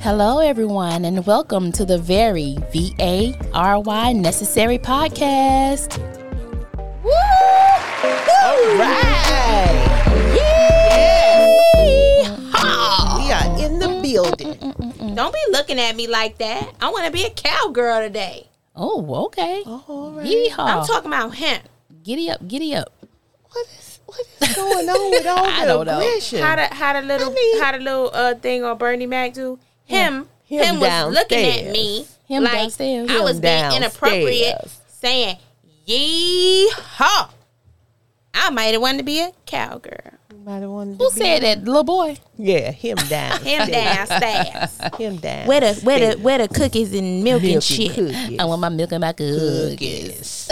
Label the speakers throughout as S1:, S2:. S1: Hello, everyone, and welcome to the very V A R Y Necessary Podcast. Woo!
S2: All right.
S1: Yeehaw!
S2: We are in the building.
S3: Don't be looking at me like that. I want to be a cowgirl today.
S1: Oh, okay.
S2: All
S1: Yeehaw!
S3: I'm talking about him.
S1: giddy up, giddy up.
S2: What is what is going on with all
S1: I
S2: the
S1: don't know.
S2: aggression?
S3: How the how the little
S2: I mean-
S3: how the little uh thing on Bernie Mac do him
S2: Him
S3: him, was looking
S2: downstairs.
S3: at me
S1: Him
S3: like
S1: downstairs.
S3: I was
S2: Him
S3: being
S2: downstairs.
S3: inappropriate, saying yeehaw. I might have wanted to be a cowgirl.
S2: Might have wanted to
S1: Who
S2: be-
S1: said that, little boy?
S2: Yeah, him down.
S3: Him downstairs.
S2: Him down.
S3: Where the where the where the cookies and milk, and shit.
S2: Cookies.
S1: I want my milk and my cookies.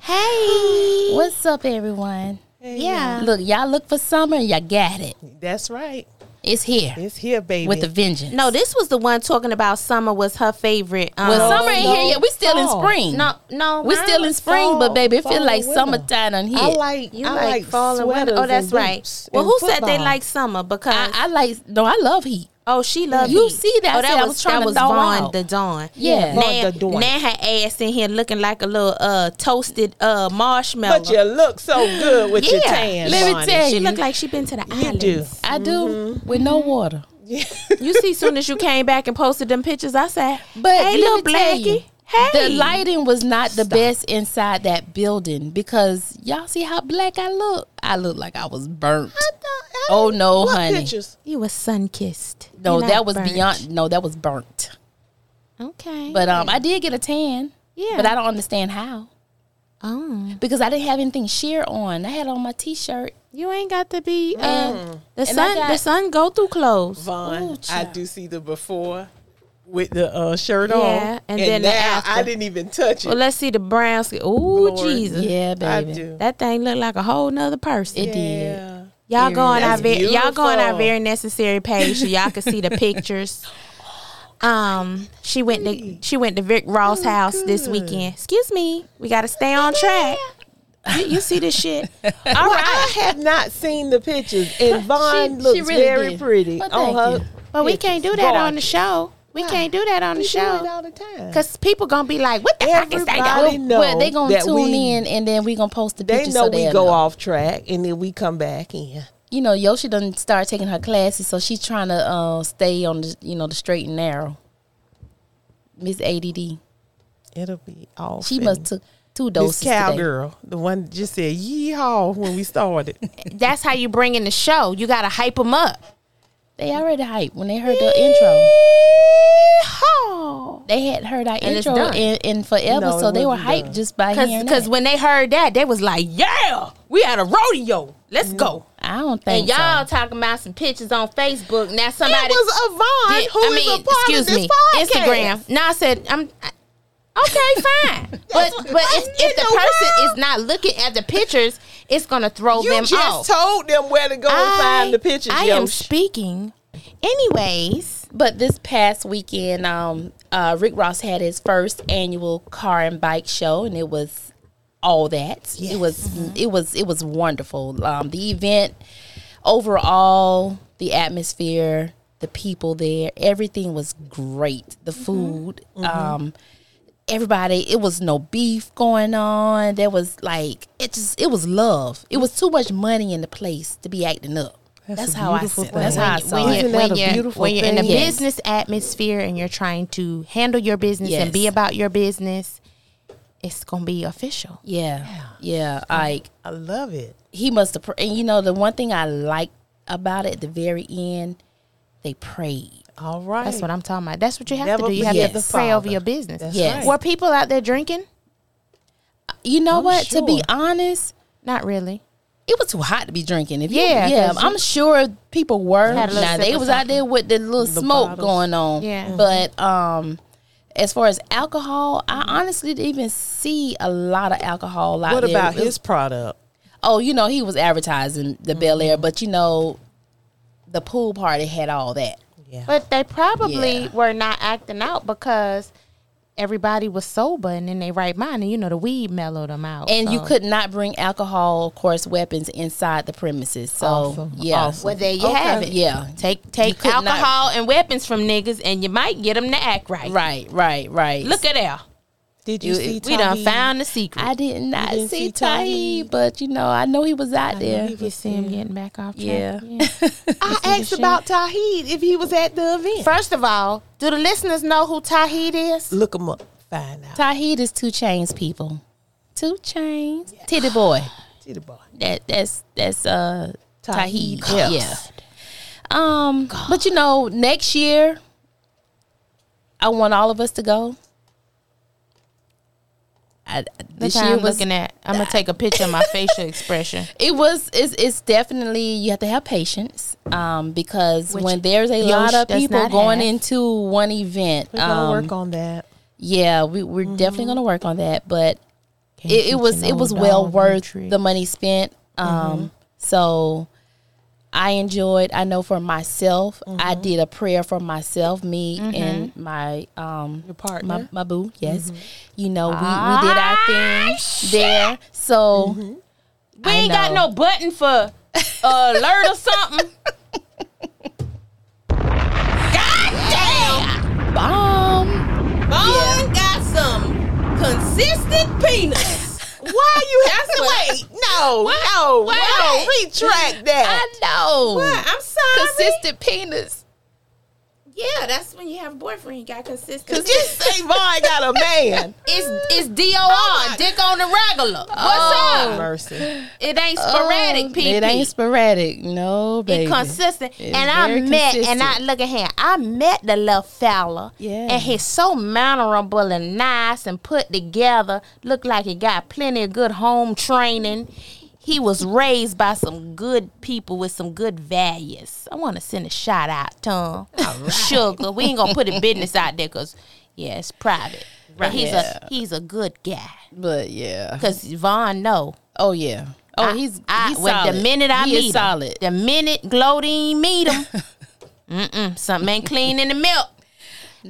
S3: Hey,
S1: What's up, everyone?
S3: yeah.
S1: Look, y'all look for summer, y'all got it.
S2: That's right.
S1: It's here
S2: It's here, baby.
S1: with a vengeance.
S3: No, this was the one talking about summer was her favorite. Um,
S1: well, summer ain't
S2: no,
S1: here yet. We still
S2: fall.
S1: in spring.
S3: No, no,
S1: we
S3: mine
S1: still in
S3: was
S1: spring, but
S2: fall,
S1: baby, it
S2: fall
S1: feel
S2: and
S1: like
S2: winter.
S1: summertime on here.
S2: I like
S3: You
S2: I
S3: like,
S2: like
S3: fall and winter.
S2: sweaters
S3: Oh, that's
S2: and
S3: right.
S2: boots
S3: Well,
S2: and
S3: who said they
S2: football.
S3: like summer? Because
S1: I, I like no, I love heat.
S3: oh, she loved
S1: You
S3: me.
S1: see that? I
S3: Oh,
S1: said
S3: that
S1: I
S3: was,
S1: was trying
S3: that
S1: to
S3: was
S1: thaw
S3: Vaughn
S1: out.
S3: the Dawn.
S1: Yeah.
S2: Vaughn
S3: Now,
S2: the Dawn.
S3: now her ass in here looking like a little uh toasted uh marshmallow.
S2: But you look so good with your
S3: Yeah.
S2: tan.
S1: Let me
S2: Bonnie.
S1: tell
S3: she
S1: you.
S3: looked like she been to the
S2: You
S3: islands.
S2: do.
S1: I do
S2: Mm-hmm.
S1: with no water.
S3: You see, soon as you came back and posted them pictures, I said,
S1: But
S3: hey,
S1: let
S3: little
S1: me tell you,
S3: blackie, hey,
S1: The lighting was not the best inside that building because y'all see how black I look. I look like I was burnt. Oh, no,
S2: What
S1: honey.
S2: Pictures?
S3: you was sun kissed.
S1: No, that was beyond. No, that was burnt.
S3: Okay,
S1: But um, I did get a tan.
S3: Yeah.
S1: But I don't understand how
S3: oh,
S1: because I didn't have anything sheer on. I had on my t-shirt.
S3: you ain't got to be uh, the
S1: Mm. I
S3: sun.
S1: got-
S3: the sun go through clothes.
S2: Vaughn,
S1: Ooh,
S2: I
S1: child.
S2: do see the before with the uh, shirt
S3: Yeah,
S2: on.
S3: and then the
S2: now I
S3: after.
S2: didn't even touch it.
S3: Well, let's see the brown skin. Ooh,
S2: Glory.
S3: Jesus.
S1: Yeah,
S2: I
S1: baby.
S2: do.
S3: That thing look like a whole nother person.
S1: It did.
S2: Yeah.
S3: Y'all go on our
S2: That's
S3: very, y'all go on our
S2: beautiful.
S3: very necessary page so y'all can see the pictures. Um, she went to she went to Vic Ross' house this weekend. Excuse me, we got to stay on track. You, you see this shit? All
S2: I
S3: right,
S2: have not seen the pictures, and Vaughn
S1: she
S2: looks
S1: really
S2: very
S1: did.
S2: pretty
S1: Well,
S2: on
S1: thank
S2: her.
S1: you.
S3: but we
S2: pictures.
S3: can't do that on the
S2: Gorgeous.
S3: show. We can't do that on the
S2: We do it
S3: show
S2: all the time.
S3: because people gonna be like, "What the fuck is that?"
S2: Everybody-
S3: going-"
S2: They know
S1: well, they gonna
S2: that
S1: tune
S2: we-
S1: in and then we gonna post the
S2: they
S1: pictures.
S2: know
S1: so
S2: we
S1: they'll
S2: go
S1: know.
S2: off track, and then we come back in.
S1: You know, Yoshi done start taking her classes, so she's trying to uh, stay on the you know the straight and narrow. Miss ADD,
S2: It'll be off.
S1: she
S2: and-
S1: must took two
S2: This
S1: doses today.
S2: cowgirl, the one that just said yeehaw when we started.
S3: That's how you bring in the show. You gotta hype them up.
S1: They already hyped when they heard the intro.
S3: Yeehaw.
S1: They had heard our
S3: And it's
S1: intro
S3: done.
S1: in, in forever,
S2: No,
S1: so
S2: it
S1: they were
S2: wasn't
S1: hyped
S2: done.
S1: just by
S3: Cause,
S1: hearing
S3: cause
S1: that.
S3: when they heard that, they was like, "Yeah, we had a rodeo.
S2: Mm-hmm.
S3: Let's go!"
S1: I don't
S3: And
S1: think
S3: y'all
S1: so.
S3: talking about some pictures on Facebook. Now
S2: That
S3: somebody
S2: was Yvonne,
S3: did-
S2: who is a part of this podcast.
S3: Instagram. Now I said, "I'm I- okay, fine." but but if, if the
S2: in the
S3: person
S2: world?
S3: is not looking at the pictures, it's gonna throw
S2: You
S3: them
S2: just
S3: off.
S2: told them where to go and find the pictures.
S3: I am
S2: Yosh.
S3: speaking. Anyways,
S1: But this past weekend, um, uh, Rick Ross had his first annual car and bike show, and it was all that. It was
S2: Mm-hmm.
S1: it was it was wonderful. Um, the event overall, the atmosphere, the people there, everything was great. The
S2: Mm-hmm.
S1: food, um, everybody. It was no beef going on. There was like it just it was love. It was too much money in the place to be acting up. That's,
S2: a
S1: how I
S2: beautiful
S1: said. That's
S2: thing.
S1: how I saw
S3: when
S1: it.
S3: you're,
S2: Isn't that
S3: when
S2: a
S3: you're,
S2: beautiful
S3: when you're in a
S2: thing?
S1: Yes.
S3: business atmosphere and you're trying to handle your business
S1: Yes.
S3: and be about your business, it's gonna be official.
S1: Yeah, yeah. Like
S2: I love it.
S1: he must have, pr- and you know the one thing I like about it at the very end, they prayed.
S2: All right.
S3: That's what I'm talking about. That's what you have
S2: Never
S3: to do. You have
S1: forget
S3: to
S1: the
S3: pray over
S2: Father.
S3: your business.
S2: That's
S1: Yes.
S2: right.
S3: Were people out there drinking?
S1: You know
S2: I'm
S1: what? To be
S2: sure.
S1: honest,
S3: Not really.
S1: it was too hot to be drinking. If
S3: Yeah,
S1: you, yeah,
S3: 'cause
S1: I'm sure people were.
S3: Had a little
S1: Now
S3: sip
S1: they
S3: or
S1: was out there with the little smoke
S2: bottles.
S1: going on.
S3: Yeah. Mhm.
S1: but um. As far as alcohol, I honestly didn't even see a lot of alcohol out
S2: What
S1: there.
S2: about
S1: It was-
S2: his product?
S1: Oh, you know, he was advertising the Bel Air, but you know, the pool party had all that.
S2: Yeah.
S3: But they probably
S1: Yeah.
S3: were not acting out because everybody was sober and in their right mind, and you know the weed mellowed them out.
S1: And you
S3: so-
S1: could not bring alcohol, of course, weapons inside the premises. So
S2: Awesome.
S1: yeah,
S2: Awesome.
S3: Well, there you have it.
S1: yeah,
S3: Take take
S1: could not-
S3: alcohol and weapons from niggas, and you might get them to act right.
S1: right, right, right.
S3: Look at there.
S2: Did you, see?
S3: we done
S2: Tahi?
S3: found the secret.
S1: I did not
S2: didn't
S1: see,
S2: see
S1: Tahi,
S2: Tahi.
S1: but you know, I know he was out there.
S2: he
S3: you see him getting back off
S1: Yeah.
S3: track. I
S2: Asked about Tahid if he was at the event.
S3: First of all, do the listeners know who Tahid is?
S2: Look him up. Find out.
S1: Tahi is two chains, people. Two chains, titty boy.
S2: See the boy.
S1: That that's that's uh Tahi.
S2: Tahi.
S1: Yeah. Um, but you know, next year, I want all of us to go. I, this
S3: This time
S1: year
S3: I'm
S1: was
S3: looking at. I'm gonna take a picture of my facial expression.
S1: it was it's, it's definitely you have to have patience um, because
S3: Which
S1: when there's a
S3: Yosh
S1: lot of
S3: does
S1: people
S3: not
S1: going
S3: have.
S1: into one event
S2: We're gonna
S1: um,
S2: work on that.
S1: yeah we, we're
S3: Mm-hmm.
S1: definitely going to work on that but
S3: Can't
S1: it,
S3: teach
S1: it was
S3: an
S1: it was
S3: old
S1: well
S3: dog new
S1: worth
S3: tricks.
S1: the money spent um, so i enjoyed i know for myself i did a prayer for myself me and my um
S2: Your partner.
S1: my, my boo yes you know we, we did our thing there so
S3: We
S1: I
S3: ain't got
S1: know.
S3: no button for alert or something. God
S1: bomb
S3: damn! Bone got some consistent peanuts.
S2: Why you have to wait? No, no,
S1: Why?
S2: no. Retract that.
S1: I know.
S3: I'm sorry.
S1: Consistent penis.
S3: Yeah, that's when you have a boyfriend. You got consistent.
S2: Just say boy got a man.
S3: it's it's DOR,
S2: my
S3: dick on the regular. What's
S1: Oh.
S3: up?
S2: Mercy.
S3: It ain't sporadic,
S1: Oh,
S3: people.
S1: It ain't sporadic. No, baby.
S3: consistent.
S1: It's
S3: and I
S1: very
S3: met, and I
S1: consistent.
S3: look at him. I met the little fella.
S1: Yeah.
S3: And he's so mannerable and nice and put together. Looked like he got plenty of good home training. He was raised by some good people with some good values. I want to send a shout out to him. Sugar. We ain't gonna put a business out there because, yeah, it's private. But he's
S1: Yeah.
S3: a he's a good guy.
S1: but yeah.
S3: Cause Vaughn know.
S1: Oh yeah. Oh,
S3: I-
S1: he's
S3: I,
S1: he's
S3: well,
S1: solid.
S3: The minute I
S1: he
S3: meet
S1: is
S3: him,
S1: solid.
S3: the minute Glodine meet him, mm-mm, something ain't clean in the milk.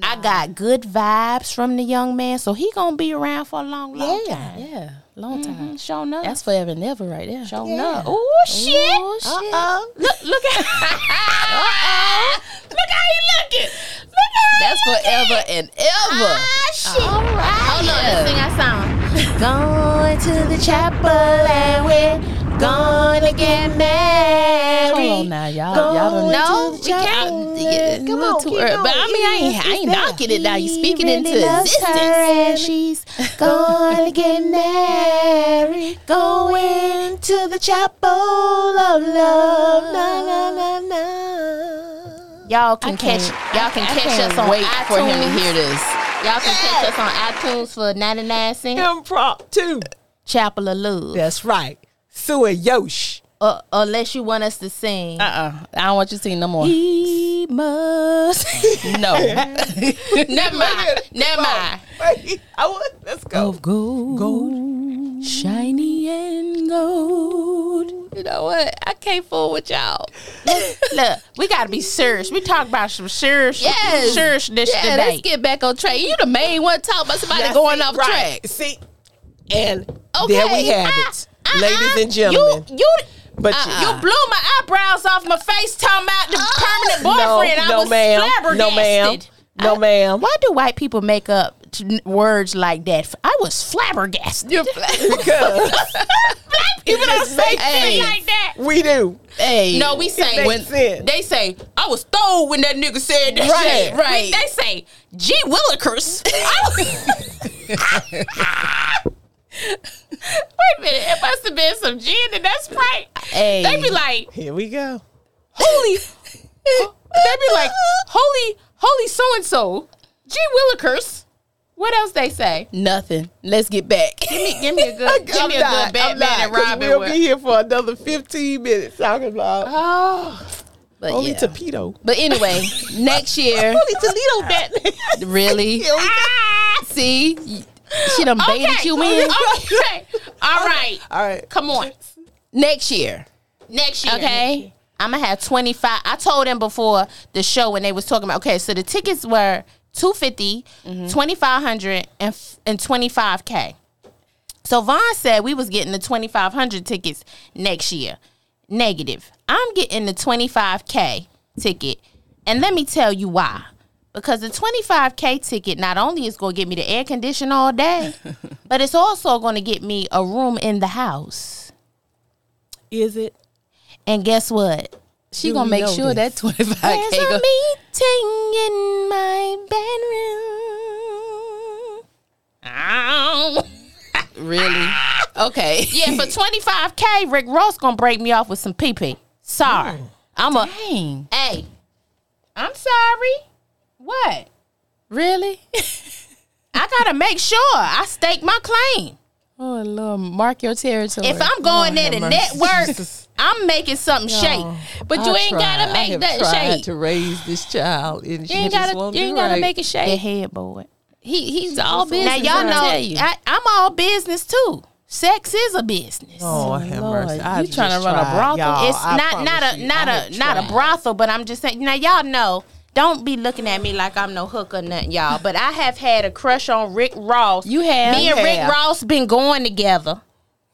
S3: I got good vibes from the young man, so he gonna be around for a long, long time.
S1: Yeah, long time.
S3: Mm, Sure enough,
S1: That's forever and ever, right there.
S3: sure
S1: Yeah.
S3: enough. Ooh, shit!
S1: Oh shit.
S2: Uh-oh.
S3: Look, look at, uh look how he looking. Look how
S1: That's forever and ever.
S3: Ah, shit. All right. Hold on,
S1: Yeah.
S3: let's sing our song. going to the chapel and we're gonna get married.
S1: Hold on now, y'all. y'all don't
S3: No, we
S1: I-
S3: can't.
S1: yeah, it's a
S2: Come
S1: little
S2: on,
S1: too
S2: keep
S1: early. But I
S2: going.
S1: mean, I
S2: It's-
S1: ain't, I
S2: it's
S1: ain't
S2: there.
S1: knocking it now. You
S3: He
S1: speaking
S3: really
S1: into
S3: loves her
S1: existence.
S3: and she's gonna get married. Going to the chapel of love. Na, na, na, na. Y'all can catch y'all can
S1: I
S3: catch
S1: can't
S3: us on
S1: wait
S3: iTunes.
S1: for him to hear this.
S3: Y'all can catch us on iTunes for 99 cents.
S2: Impromptu.
S3: Chapel of Love.
S2: That's right. Sue and Yosh.
S3: Uh, unless you want us to sing.
S1: Uh uh I don't want you to see no more.
S3: He must.
S1: No.
S3: never mind. Never mind.
S2: Wait, I want. Let's go.
S3: gold, shiny and gold.
S1: you know what? I can't fool with y'all.
S3: Look, we gotta be serious. We talk about some serious,
S1: Yes.
S3: serious this
S1: Yeah,
S3: today.
S1: let's get back on track. You the main one talking about somebody
S2: That's
S1: going
S2: it,
S1: off
S2: right.
S1: track.
S2: See, and
S1: Okay,
S2: there we have
S1: ah,
S2: it,
S1: uh-uh.
S2: ladies and gentlemen.
S3: you, you,
S2: but
S1: uh-uh.
S3: you blew my eyebrows off my face talking about the permanent boyfriend.
S2: no,
S3: I
S2: no,
S3: was
S2: ma'am. No, ma'am.
S3: flabbergasted.
S2: No,
S3: I-
S2: ma'am.
S3: Why do white people make up t- words like that? I was flabbergasted.
S1: You're
S2: because
S3: People don't say
S1: Hey.
S3: shit like that.
S2: we do.
S1: hey.
S3: No, we say
S2: makes sense.
S3: they say I was thrilled when that nigga said that
S1: Right,
S3: shit.
S1: right.
S3: They say G Willikers. I was- Wait a minute, it must have been some gin in that sprite.
S1: Hey.
S3: They be like,
S2: Here we go.
S3: holy, they be like, holy, holy so and so, G Willikers. What else they say?
S1: Nothing. Let's get back.
S3: Give me a good, give
S2: I'm
S3: me a
S2: not,
S3: good Batman
S2: I'm not,
S3: and
S2: 'cause
S3: Robin.
S2: We'll
S3: one.
S2: be here for another 15 minutes talking about
S3: oh,
S1: But,
S2: only
S1: yeah.
S2: torpedo.
S1: but anyway, next year,
S2: Only Toledo Batman.
S1: really?
S3: ah,
S2: Here we go.
S1: See? You- She done baited you in.
S3: Okay. All right.
S2: All right.
S3: Come on.
S1: Next year.
S3: Next year.
S1: Okay.
S3: I'm gonna have 25. I told them before the show when they was talking about okay, so the tickets were 250, 2500 and f- and 25k. So Vaughn said we was getting the 2500 tickets next year. Negative. I'm getting the 25k ticket. And let me tell you why. Because the 25k ticket not only is going to get me the air condition all day, but it's also going to get me a room in the house.
S2: Is it?
S3: And guess what?
S1: She
S2: Do
S1: gonna
S2: we
S1: make
S2: know
S1: sure
S2: this?
S1: that twenty five
S3: There's
S1: k
S3: a
S1: go.
S3: meeting in my bedroom. Ow.
S1: Really? Okay.
S3: Yeah, for 25K, Rick Ross gonna break me off with some pee pee. Sorry. I'm a.
S1: Dang.
S3: Hey. I'm sorry. What?
S1: Really?
S3: I gotta make sure I stake my claim.
S1: Oh Lord, mark your territory.
S3: If I'm going there to
S2: have mercy.
S3: network, I'm making something shake. But you
S1: I
S3: ain't gotta
S1: tried. I
S3: make
S1: have
S3: that
S1: tried
S3: shake.
S2: To raise this child, and she
S1: you ain't
S2: just
S1: gotta,
S2: won't
S1: you
S2: be
S1: ain't gotta
S2: right.
S1: make it
S3: The
S1: shake.
S3: headboard.
S1: He, he's all business.
S3: Now y'all
S1: I
S3: know
S1: tell you.
S3: I, I'm all business too. Sex is a business.
S2: Oh, have
S1: Lord,
S2: mercy!
S1: you tryna
S2: I've just
S1: run a
S2: tried,
S1: brothel?
S2: y'all.
S3: it's
S2: I
S3: not not a
S2: promise you,
S3: not
S2: I
S3: a
S2: have
S3: not
S2: tried.
S3: a brothel, but I'm just saying. Now y'all know. Don't be looking at me like I'm no hook or nothing, y'all. But I have had a crush on Rick Ross.
S1: You have.
S3: Me
S1: You
S3: and Rick
S1: have.
S3: Ross been going together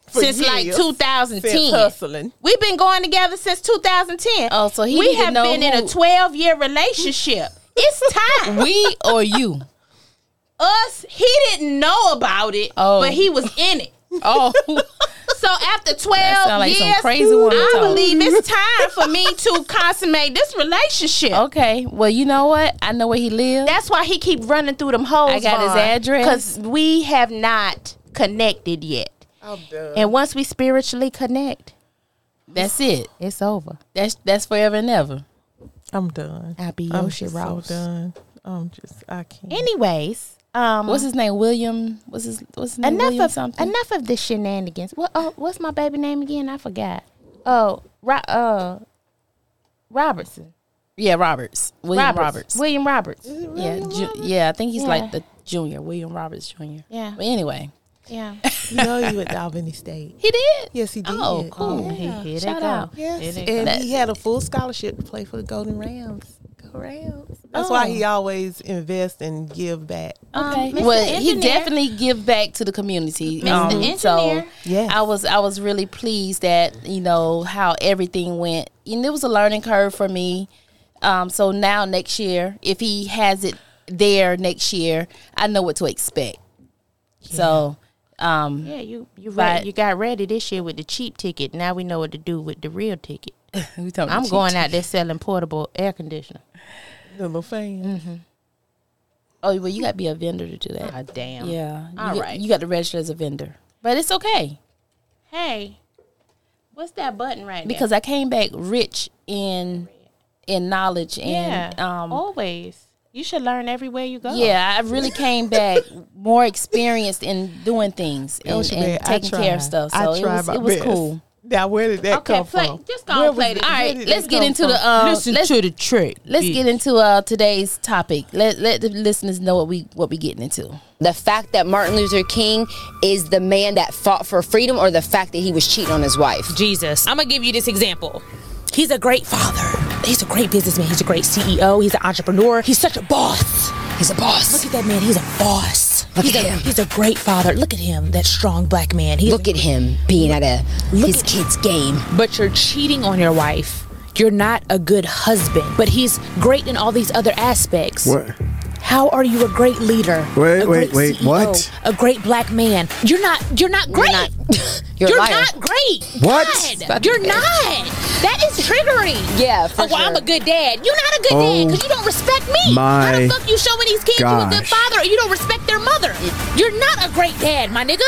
S2: For
S3: since like
S2: years,
S3: 2010.
S2: since hustling.
S3: We've been going together since 2010.
S1: Oh, so he
S3: we
S1: need to
S3: have
S1: know
S3: been in a
S1: who-
S3: 12 year relationship. It's time
S1: we or you?
S3: us he didn't know about it
S1: Oh.
S3: but he was in it
S1: Oh,
S3: so after
S1: sound
S3: 12
S1: like some
S3: years
S1: crazy woman
S3: i
S1: talk.
S3: believe it's time for me to consummate this relationship
S1: okay. Well, you know what? I know where he lives.
S3: that's why he keep running through them holes
S1: I got his address.
S3: because we have not connected yet
S2: I'm done.
S3: and once we spiritually connect
S1: That's it.
S3: it's over
S1: That's that's forever and ever.
S2: I'm done.
S3: I'll be
S1: Oh,
S2: I'm
S3: Yoshi
S2: just
S3: Ross.
S2: so done. I'm just. I can't.
S3: anyways um
S1: What's his name? William. What's his What's his name?
S3: enough
S1: William
S3: of
S1: something.
S3: enough of the shenanigans. What? Oh, what's my baby name again? I forgot. Oh, Ro- uh, Robertson.
S1: Yeah, Roberts. William Roberts.
S3: William Roberts.
S1: Yeah, ju- yeah. I think he's
S3: Yeah.
S1: like the junior, William Roberts Jr.
S3: Yeah.
S1: But anyway,
S3: Yeah.
S2: you know you at Dalvin State.
S1: he did.
S2: Yes, he did.
S1: Oh, cool.
S3: Here, here
S1: Shout
S3: they
S1: out.
S3: go.
S2: Yes,
S3: Here they
S2: and
S3: go.
S2: he had a full scholarship to play for the Golden Rams. Go Rams. That's why
S1: Oh.
S2: he always invest and give back.
S1: Okay.
S3: Mr.
S1: well, he
S3: Engineer.
S1: definitely give back to the community. Um,
S3: Mr.
S1: So
S3: Engineer.
S2: Yes.
S1: I was I was really pleased that you know how everything went, and it was a learning curve for me. Um, so now next year, if he has it there next year, I know what to expect. So, um,
S3: Yeah, you you
S1: But-
S3: re- you got ready this year with the cheap ticket. Now we know what to do with the real ticket.
S1: we talking
S3: I'm
S1: cheap
S3: going
S1: tea.
S3: out there selling portable air conditioner.
S2: The little
S1: Mm-hmm.
S2: fan.
S1: Oh well, you got to be a vendor to do that.
S3: Ah, damn.
S1: Yeah. You
S3: All
S1: get-
S3: right.
S1: You got to register as a vendor, but it's okay
S3: Hey, what's that button right there?
S1: because I came back rich in in knowledge
S3: yeah,
S1: and
S3: Oh,
S1: um
S3: always you should learn everywhere you go.
S1: yeah, I really came back more experienced in doing things and,
S2: Don't you
S1: and
S2: bet. I
S1: taking care of
S2: tried.
S1: stuff. So
S2: I
S1: it
S2: tried
S1: was
S2: my
S1: it was
S2: best.
S1: cool.
S2: Now where did that
S3: Okay,
S2: come
S3: play-
S2: from?
S3: just go and
S2: Where was
S3: play it.
S1: All
S2: where
S1: right,
S2: did
S1: let's
S2: that
S1: get
S2: come
S1: into
S2: from?
S1: the um let's,
S3: the trick.
S1: let's get into uh today's topic. Let let the listeners know what we what we getting into.
S4: the fact that Martin Luther King is the man that fought for freedom or the fact that he was cheating on his wife.
S5: Jesus. I'm gonna give you this example. He's a great father. He's a great businessman. He's a great CEO. He's an entrepreneur. He's such a boss.
S4: He's a boss.
S5: Look at that man. He's a boss.
S4: Look
S5: he's
S4: at
S5: a
S4: him.
S5: he's a great father. Look at him, that strong black man. He's
S4: Look at him being at a his kid's game.
S5: but you're cheating on your wife. You're not a good husband. But he's great in all these other aspects.
S6: What?
S5: How are you a great leader?
S6: Wait,
S5: a
S6: wait,
S5: great
S6: wait,
S5: CEO,
S6: what?
S5: A great black man. You're not you're not great.
S4: not- you're a liar.
S5: not great.
S6: What?
S5: God, you're not. That is triggering.
S4: Yeah, for
S5: oh, well, I'm
S4: sure.
S5: a good dad. You're not a good
S6: Oh,
S5: dad because you don't respect me. How
S6: my
S5: the fuck you showing these kids you a good
S6: gosh.
S5: father or you don't respect their mother? You're not a great dad, my nigga.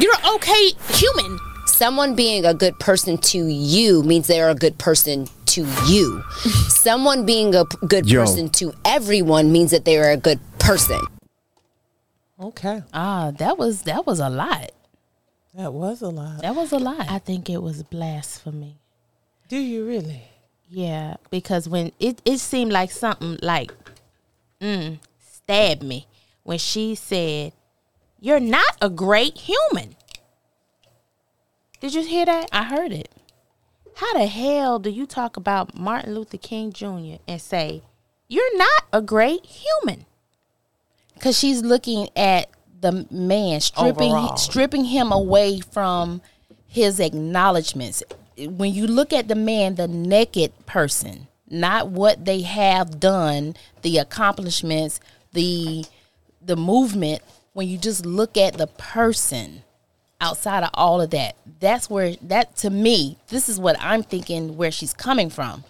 S5: You're an okay human.
S4: Someone being a good person to you means they're a good person to you. Someone being a p- good
S6: Yo.
S4: person to everyone means that they are a good person.
S2: Okay,
S1: Ah, that was that was a lot.
S2: that was a lot.
S1: That was a lot.
S3: I think it was blasphemy.
S2: Do you really?
S3: Yeah, because when it, it seemed like something like mm, stabbed me when she said, You're not a great human. Did you hear that?
S1: I heard it.
S3: How the hell do you talk about Martin Luther King Jr. and say, You're not a great human?
S1: because she's looking at the man stripping
S2: Overall.
S1: stripping him away from his acknowledgments. When you look at the man, the naked person, not what they have done, the accomplishments, the the movement. When you just look at the person outside of all of that, that's where that to me, this is what I'm thinking where she's coming from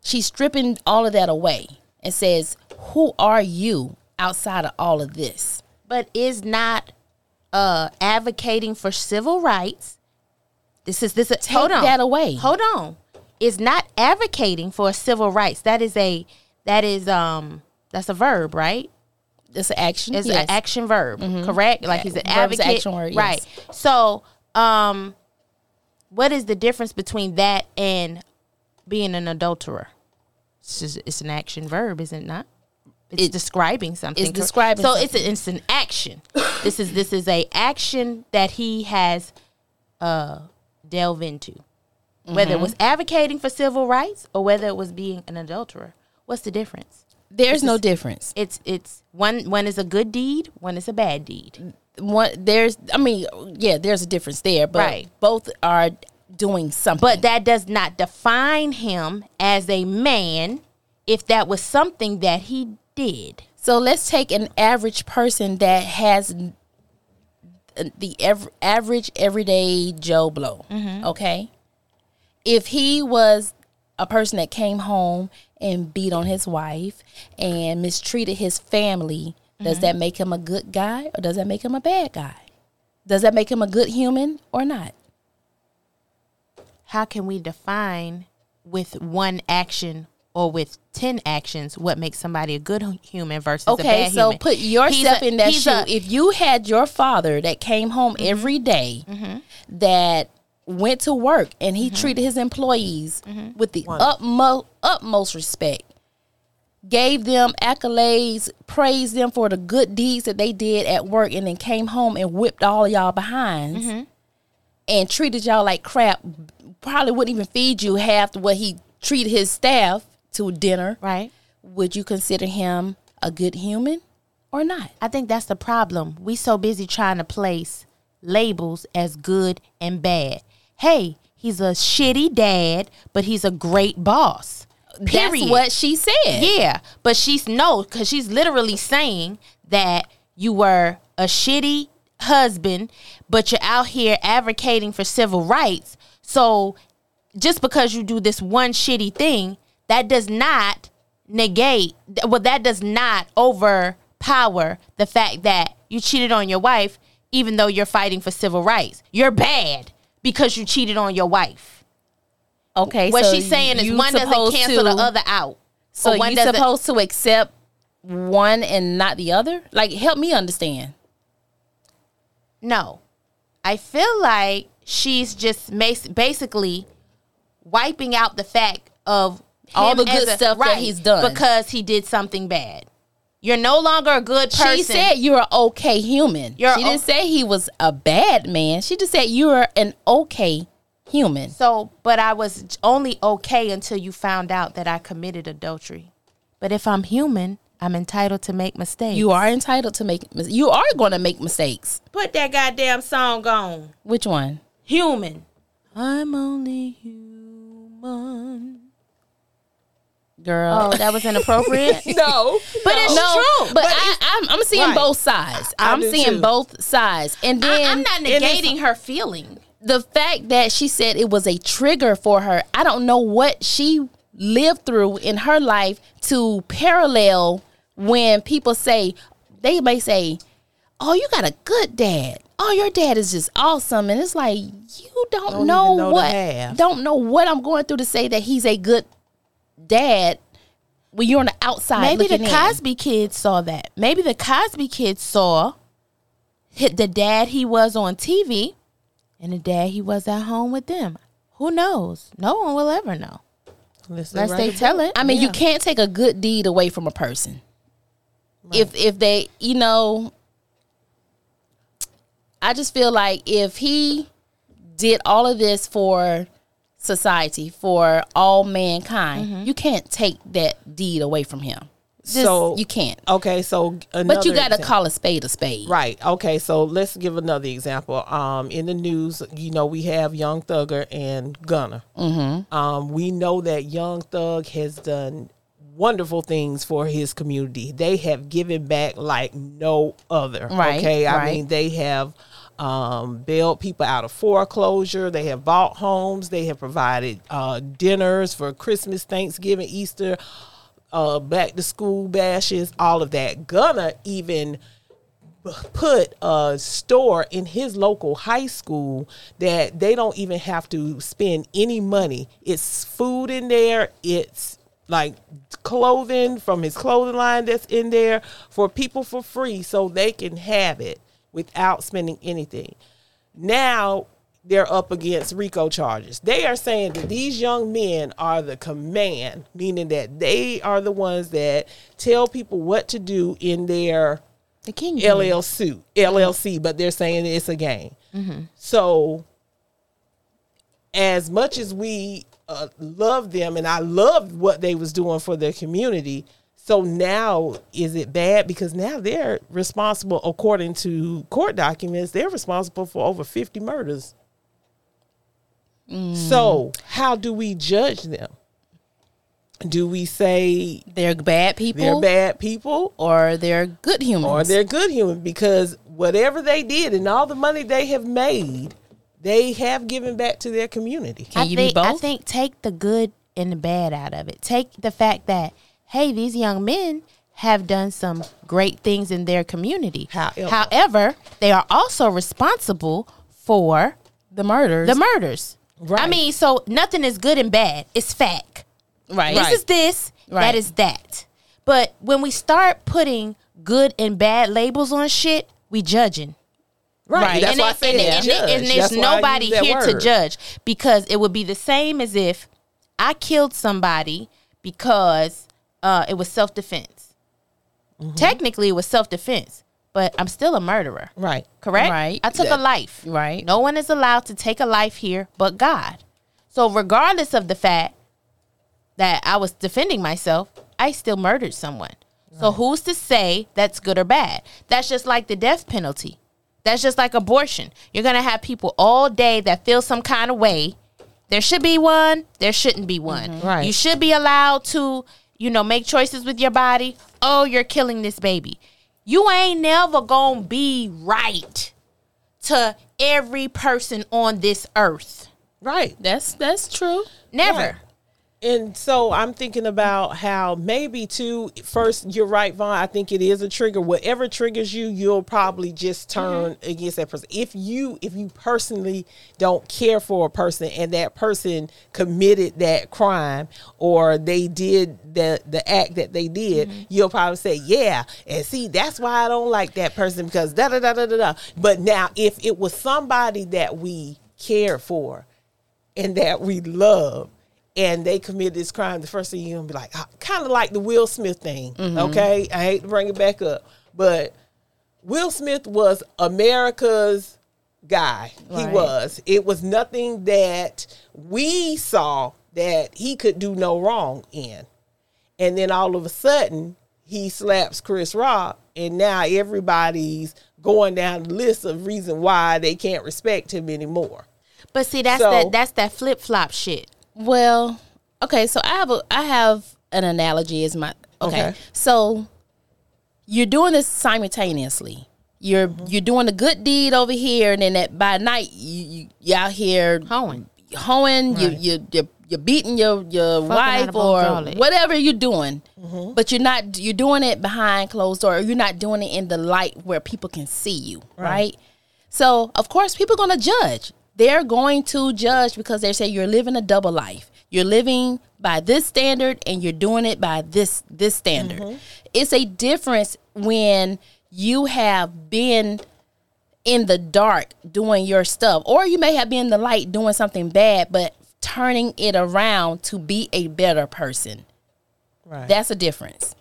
S1: she's stripping all of that away and says, "Who are you outside of all of this?"
S3: but is not uh advocating for civil rights. This is this. Take hold on.
S1: that away.
S3: Hold on. Is not advocating for civil rights. That is a that is um that's a verb, right?
S1: It's an action.
S3: It's
S1: yes. Mm-hmm.
S3: an action verb, correct? Like he's an
S1: Verb's an
S3: advocate,
S1: action word, yes.
S3: right? So, um, what is the difference between that and being an adulterer? It's, just, it's an action verb, is it not? It's describing something.
S1: it's
S3: cor-
S1: describing
S3: So it's a, it's an action. this is this is a action that he has uh delve into, whether
S1: Mm-hmm.
S3: it was advocating for civil rights or whether it was being an adulterer. What's the difference?
S1: There's no difference.
S3: it's it's one one is a good deed, one is a bad deed.
S1: One, there's. I mean, yeah, there's a difference there, but
S3: Right.
S1: both are doing something.
S3: But that does not define him as a man if that was something that he did.
S1: so let's take an average person that has n- the ev- average everyday Joe Blow. Okay, if he was a person that came home and beat on his wife and mistreated his family, does that make him a good guy or does that make him a bad guy? Does that make him a good human or not?
S3: How can we define with one action or with 10 actions what makes somebody a good hu- human versus a
S1: Okay,
S3: bad
S1: so
S3: human?
S1: put
S3: He's
S1: yourself
S3: a-
S1: in that
S3: he's
S1: shoe.
S3: a- Mm-hmm.
S1: if you had your father that came home every day that went to work and
S3: Mm-hmm.
S1: he treated his employees with the utmost utmost respect, gave them accolades, praised them for the good deeds that they did at work, and then came home and whipped all of y'all behinds
S3: Mm-hmm.
S1: and treated y'all like crap, probably wouldn't even feed you half what he treated his staff to dinner
S3: right.
S1: would you consider him a good human or not?
S3: I think that's the problem. We so busy trying to place labels as good and bad. Hey, he's a shitty dad, but he's a great boss. Period.
S1: That's what she said.
S3: yeah, but she's no, because she's literally saying that you were a shitty husband, but you're out here advocating for civil rights. So just because you do this one shitty thing, that does not negate, th- well, that does not overpower the fact that you cheated on your wife, even though you're fighting for civil rights. You're bad because you cheated on your wife.
S1: Okay.
S3: What
S1: so
S3: she's saying is
S1: you
S3: one doesn't
S1: supposed
S3: cancel the
S1: to-
S3: other out.
S1: So
S3: Or one
S1: you
S3: doesn't-
S1: supposed to accept one and not the other? Like, help me understand.
S3: No. I feel like she's just mas- basically wiping out the fact of
S1: All
S3: him
S1: the good
S3: as a-
S1: stuff that he's done.
S3: because he did something bad. You're no longer a good person.
S1: She said you're an okay human.
S3: You're
S1: she
S3: o-
S1: didn't say he was a bad man. She just said you're an okay human.
S3: so, but I was only okay until you found out that I committed adultery. But if I'm human, I'm entitled to make mistakes.
S1: You are entitled to make. mis- You are going to make mistakes.
S3: Put that goddamn song on.
S1: Which one?
S3: Human. I'm only human.
S1: Girl,
S3: Oh, that was inappropriate.
S2: No.
S3: But it's true.
S1: But, I, I'm, I'm seeing
S2: Right.
S1: both sides.
S2: I
S1: I'm
S2: do
S1: seeing
S2: too.
S1: both sides, and
S3: I,
S1: then
S3: I'm not
S2: it is-
S3: negating her feeling.
S1: the fact that she said it was a trigger for her. I don't know what she lived through in her life to parallel when people say they may say, "Oh, you got a good dad. Oh, your dad is just awesome," and it's like you don't,
S2: Don't
S1: know,
S2: even know the
S1: what
S2: half.
S1: don't know what I'm going through to say that he's a good dad when you're on the outside.
S3: Maybe the
S1: looking in.
S3: Cosby kids saw that. Maybe the Cosby kids saw hit the dad he was on TV and the dad he was at home with them. Who knows? No one will ever know unless they tell it.
S1: I mean, you can't take a good deed away from a person. If if they, you know, I just feel like if he did all of this for society, for all mankind, you can't take that deed away from him. so you can't.
S2: Okay, so another
S1: But you got to
S2: example.
S1: call a spade a spade.
S2: Right. Okay. So let's give another example. Um, in the news, you know, we have Young Thugger and Gunner. Mm-hmm. Um, we know that Young Thug has done wonderful things for his community. They have given back like no other.
S1: Right,
S2: Okay. I
S1: right.
S2: mean, they have um, bailed people out of foreclosure. They have bought homes. They have provided uh, dinners for Christmas, Thanksgiving, Easter, uh, back to school bashes, all of that. Gunna even put a store in his local high school that they don't even have to spend any money. It's food in there. It's like clothing from his clothing line that's in there for people for free so they can have it without spending anything. Now they're up against RICO charges. They are saying that these young men are the command, meaning that they are the ones that tell people what to do in their
S3: The king.
S2: LLC, LLC, but they're saying it's a game. So, as much as we uh, love them, and I loved what they was doing for their community, so now is it bad because now they're responsible, according to court documents, they're responsible for over fifty murders. So, how do we judge them? Do we say
S1: They're bad people.
S2: they're bad people
S1: Or they're good humans.
S2: or they're good human because whatever they did and all the money they have made, they have given back to their community.
S1: Can
S3: I
S1: you
S3: think,
S1: be both?
S3: I think take the good and the bad out of it. Take the fact that, hey, these young men have done some great things in their community.
S2: However.
S3: However, they are also responsible for
S1: the murders.
S3: the murders. I
S2: Right.
S3: mean, so nothing is good and bad. It's fact.
S1: right.
S3: This is this,
S1: Right.
S3: that is that. But when we start putting good and bad labels on shit, we judging.
S1: Right.
S2: That's
S3: and,
S2: why I
S3: it-
S2: said
S3: and, it-
S2: that.
S3: and it- and
S2: Judge.
S3: there's
S2: That's why I
S3: nobody
S2: used that
S3: here to
S2: word.
S3: judge because it would be the same as if I killed somebody because uh, it was self defense.
S2: Mm-hmm.
S3: Technically, it was self defense, but I'm still a murderer.
S2: Right.
S3: Correct?
S1: Right.
S3: I took a life.
S1: Right.
S3: No one is allowed to take a life here but God. So, regardless of the fact that I was defending myself, I still murdered someone. So, who's to say that's good or bad? That's just like the death penalty. That's just like abortion. You're going to have people all day that feel some kind of way. There should be one, there shouldn't be one.
S2: Right.
S3: You should be allowed to, you know, make choices with your body. Oh, you're killing this baby. You ain't never going to be right to every person on this earth.
S2: Right.
S1: That's that's true.
S3: Never.
S2: Right. And so I'm thinking about how maybe too first you're right, Vaughn. I think it is a trigger. Whatever triggers you, you'll probably just turn against that person. If you if you personally don't care for a person and that person committed that crime or they did the the act that they did, you'll probably say, Yeah, and see that's why I don't like that person because da da da da da da. But now if it was somebody that we care for, and that we love and they commit this crime, the first thing you're gonna be like, kind of like the Will Smith thing,
S3: Mm-hmm.
S2: okay? I hate to bring it back up, but Will Smith was America's guy. He was. It was nothing that we saw that he could do no wrong in. And then all of a sudden, he slaps Chris Rock, and now everybody's going down the list of reason why they can't respect him anymore.
S3: But see, that's
S2: So-
S3: that that's that flip flop shit.
S1: Well, okay, so I have a I have an analogy as my okay.
S2: Okay.
S1: So you're doing this simultaneously. You're you're doing a good deed over here, and then at, by night you, you you out here
S3: Hoeing.
S1: hoeing. You you you're, you're beating your your wife
S3: about
S1: or
S3: all that. Mm-hmm.
S1: whatever you're doing, but you're not you're doing it behind closed door. You're not doing it in the light where people can see you, right? So of course people are gonna judge. They're going to judge because they say you're living a double life. You're living by this standard and you're doing it by this this standard. It's a difference when you have been in the dark doing your stuff or you may have been in the light doing something bad but turning it around to be a better person.
S2: Right.
S1: That's a difference.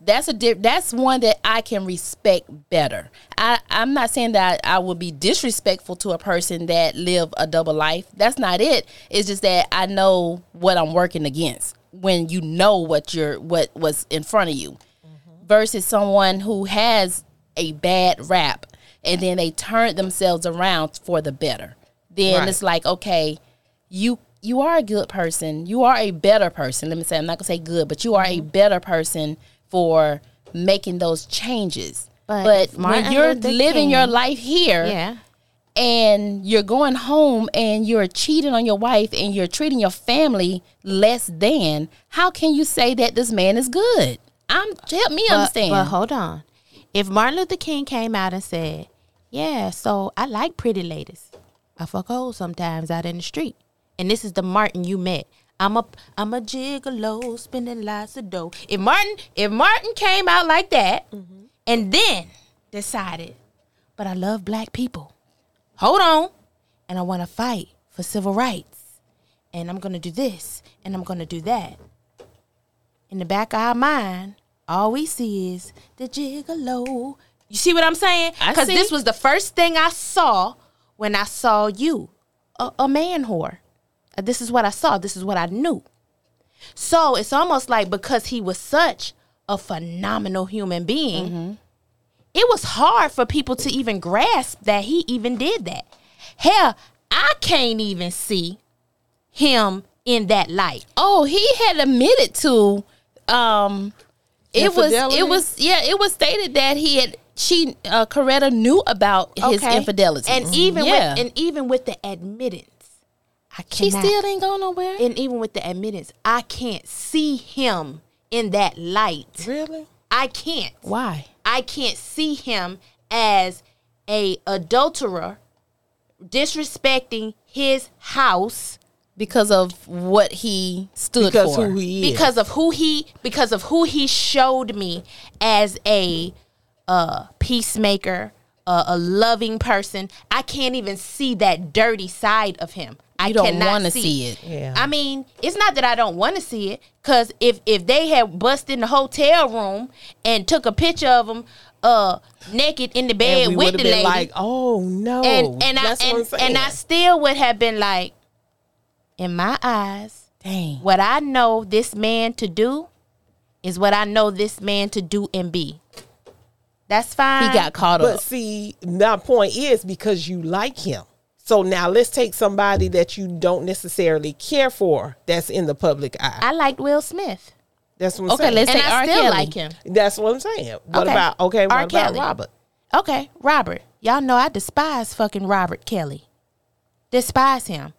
S1: That's a di- that's one that I can respect better. I I'm not saying that I would be disrespectful to a person that live a double life. That's not it. It's just that I know what I'm working against when you know what you're what was in front of you. Mm-hmm. versus someone who has a bad rap and then they turn themselves around for the better. Then
S2: Right.
S1: it's like, okay, you you are a good person. You are a better person. Let me say I'm not gonna say good, but you are
S3: Mm-hmm.
S1: a better person for making those changes.
S3: But
S1: But,
S3: if
S1: when
S3: Martin
S1: you're
S3: Luther
S1: living your
S3: King-
S1: life here,
S3: Yeah.
S1: and you're going home and you're cheating on your wife and you're treating your family less than, how can you say that this man is good? I'm help me
S3: But,
S1: understand.
S3: but hold on. If Martin Luther King came out and said, Yeah, so I like pretty ladies. I fuck hoes sometimes out in the street. And this is the Martin you met. I'm a I'm a gigolo, spending lots of dough. If Martin, if Martin came out like that
S1: Mm-hmm.
S3: and then decided, but I love black people. Hold on. And I wanna fight for civil rights. And I'm gonna do this and I'm gonna do that in the back of our mind, all we see is the gigolo. You see what I'm saying?
S1: I
S3: Because
S1: see.
S3: this was the first thing I saw when I saw you, a, a man whore. Uh, This is what I saw. This is what I knew. So it's almost like because he was such a phenomenal human being,
S1: Mm-hmm.
S3: it was hard for people to even grasp that he even did that. Hell, I can't even see him in that light.
S1: oh, he had admitted to um it was
S2: Infidelity?
S1: it was yeah, it was stated that he had she uh Coretta knew about his
S3: Okay.
S1: infidelity. Mm-hmm.
S3: And even
S1: yeah.
S3: with and even with the admittance, I
S1: she
S3: cannot.
S1: still ain't going nowhere.
S3: and even with the admittance, I can't see him in that light.
S2: Really?
S3: I can't.
S1: Why?
S3: I can't see him as a adulterer disrespecting his house
S1: Because of what he stood
S2: Because
S1: for.
S2: who he is.
S3: because of who he because of who he showed me as a uh peacemaker a, a loving person i can't even see that dirty side of him i
S1: You don't
S3: cannot
S1: wanna
S3: see,
S1: see it.
S2: Yeah.
S3: i mean it's not that i don't want to see it because if if they had bust in the hotel room and took a picture of him uh naked in the bed
S2: and we
S3: with
S2: would
S3: the
S2: have
S3: lady
S2: been like, oh no.
S3: and and i
S2: That's what I'm
S3: and,
S2: saying.
S3: and i still would have been like in my eyes
S1: Dang.
S3: what I know this man to do is what I know this man to do and be. That's fine.
S1: He got caught
S2: But
S1: up.
S2: see, my point is because you like him. So now let's take somebody that you don't necessarily care for that's in the public eye.
S3: I liked Will Smith,
S2: That's what I'm
S1: Okay,
S2: saying.
S1: let's
S3: and
S1: say
S3: I
S1: R.
S3: still
S1: Kelly.
S3: like him.
S2: That's what I'm saying. What
S3: Okay.
S2: about okay? What
S3: R.
S2: about
S3: Kelly.
S2: Robert?
S3: Okay, Robert. Y'all know I despise fucking Robert Kelly. Despise him.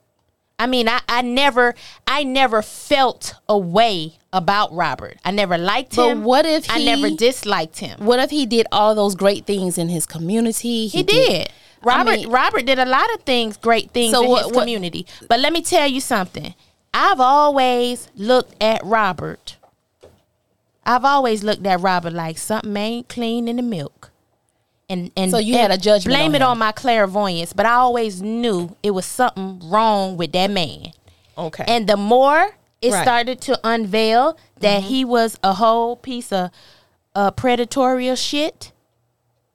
S3: I mean, I, I never I never felt a way about Robert. I never liked
S1: But
S3: him.
S1: what if
S3: I never
S1: he-
S3: disliked him?
S1: What if he did all those great things in his community?
S3: He did. Robert
S1: I mean-
S3: Robert did a lot of things, great things
S1: So
S3: in
S1: what-
S3: his
S1: what-
S3: community. But let me tell you something. I've always looked at Robert. I've always looked at Robert like something ain't clean in the milk. And and
S1: So you had
S3: and
S1: a judgment
S3: Blame
S1: on
S3: it
S1: him.
S3: on my clairvoyance, but I always knew it was something wrong with that man.
S2: Okay.
S3: And the more it
S2: Right.
S3: started to unveil
S1: Mm-hmm.
S3: that he was a whole piece of uh, predatorial shit,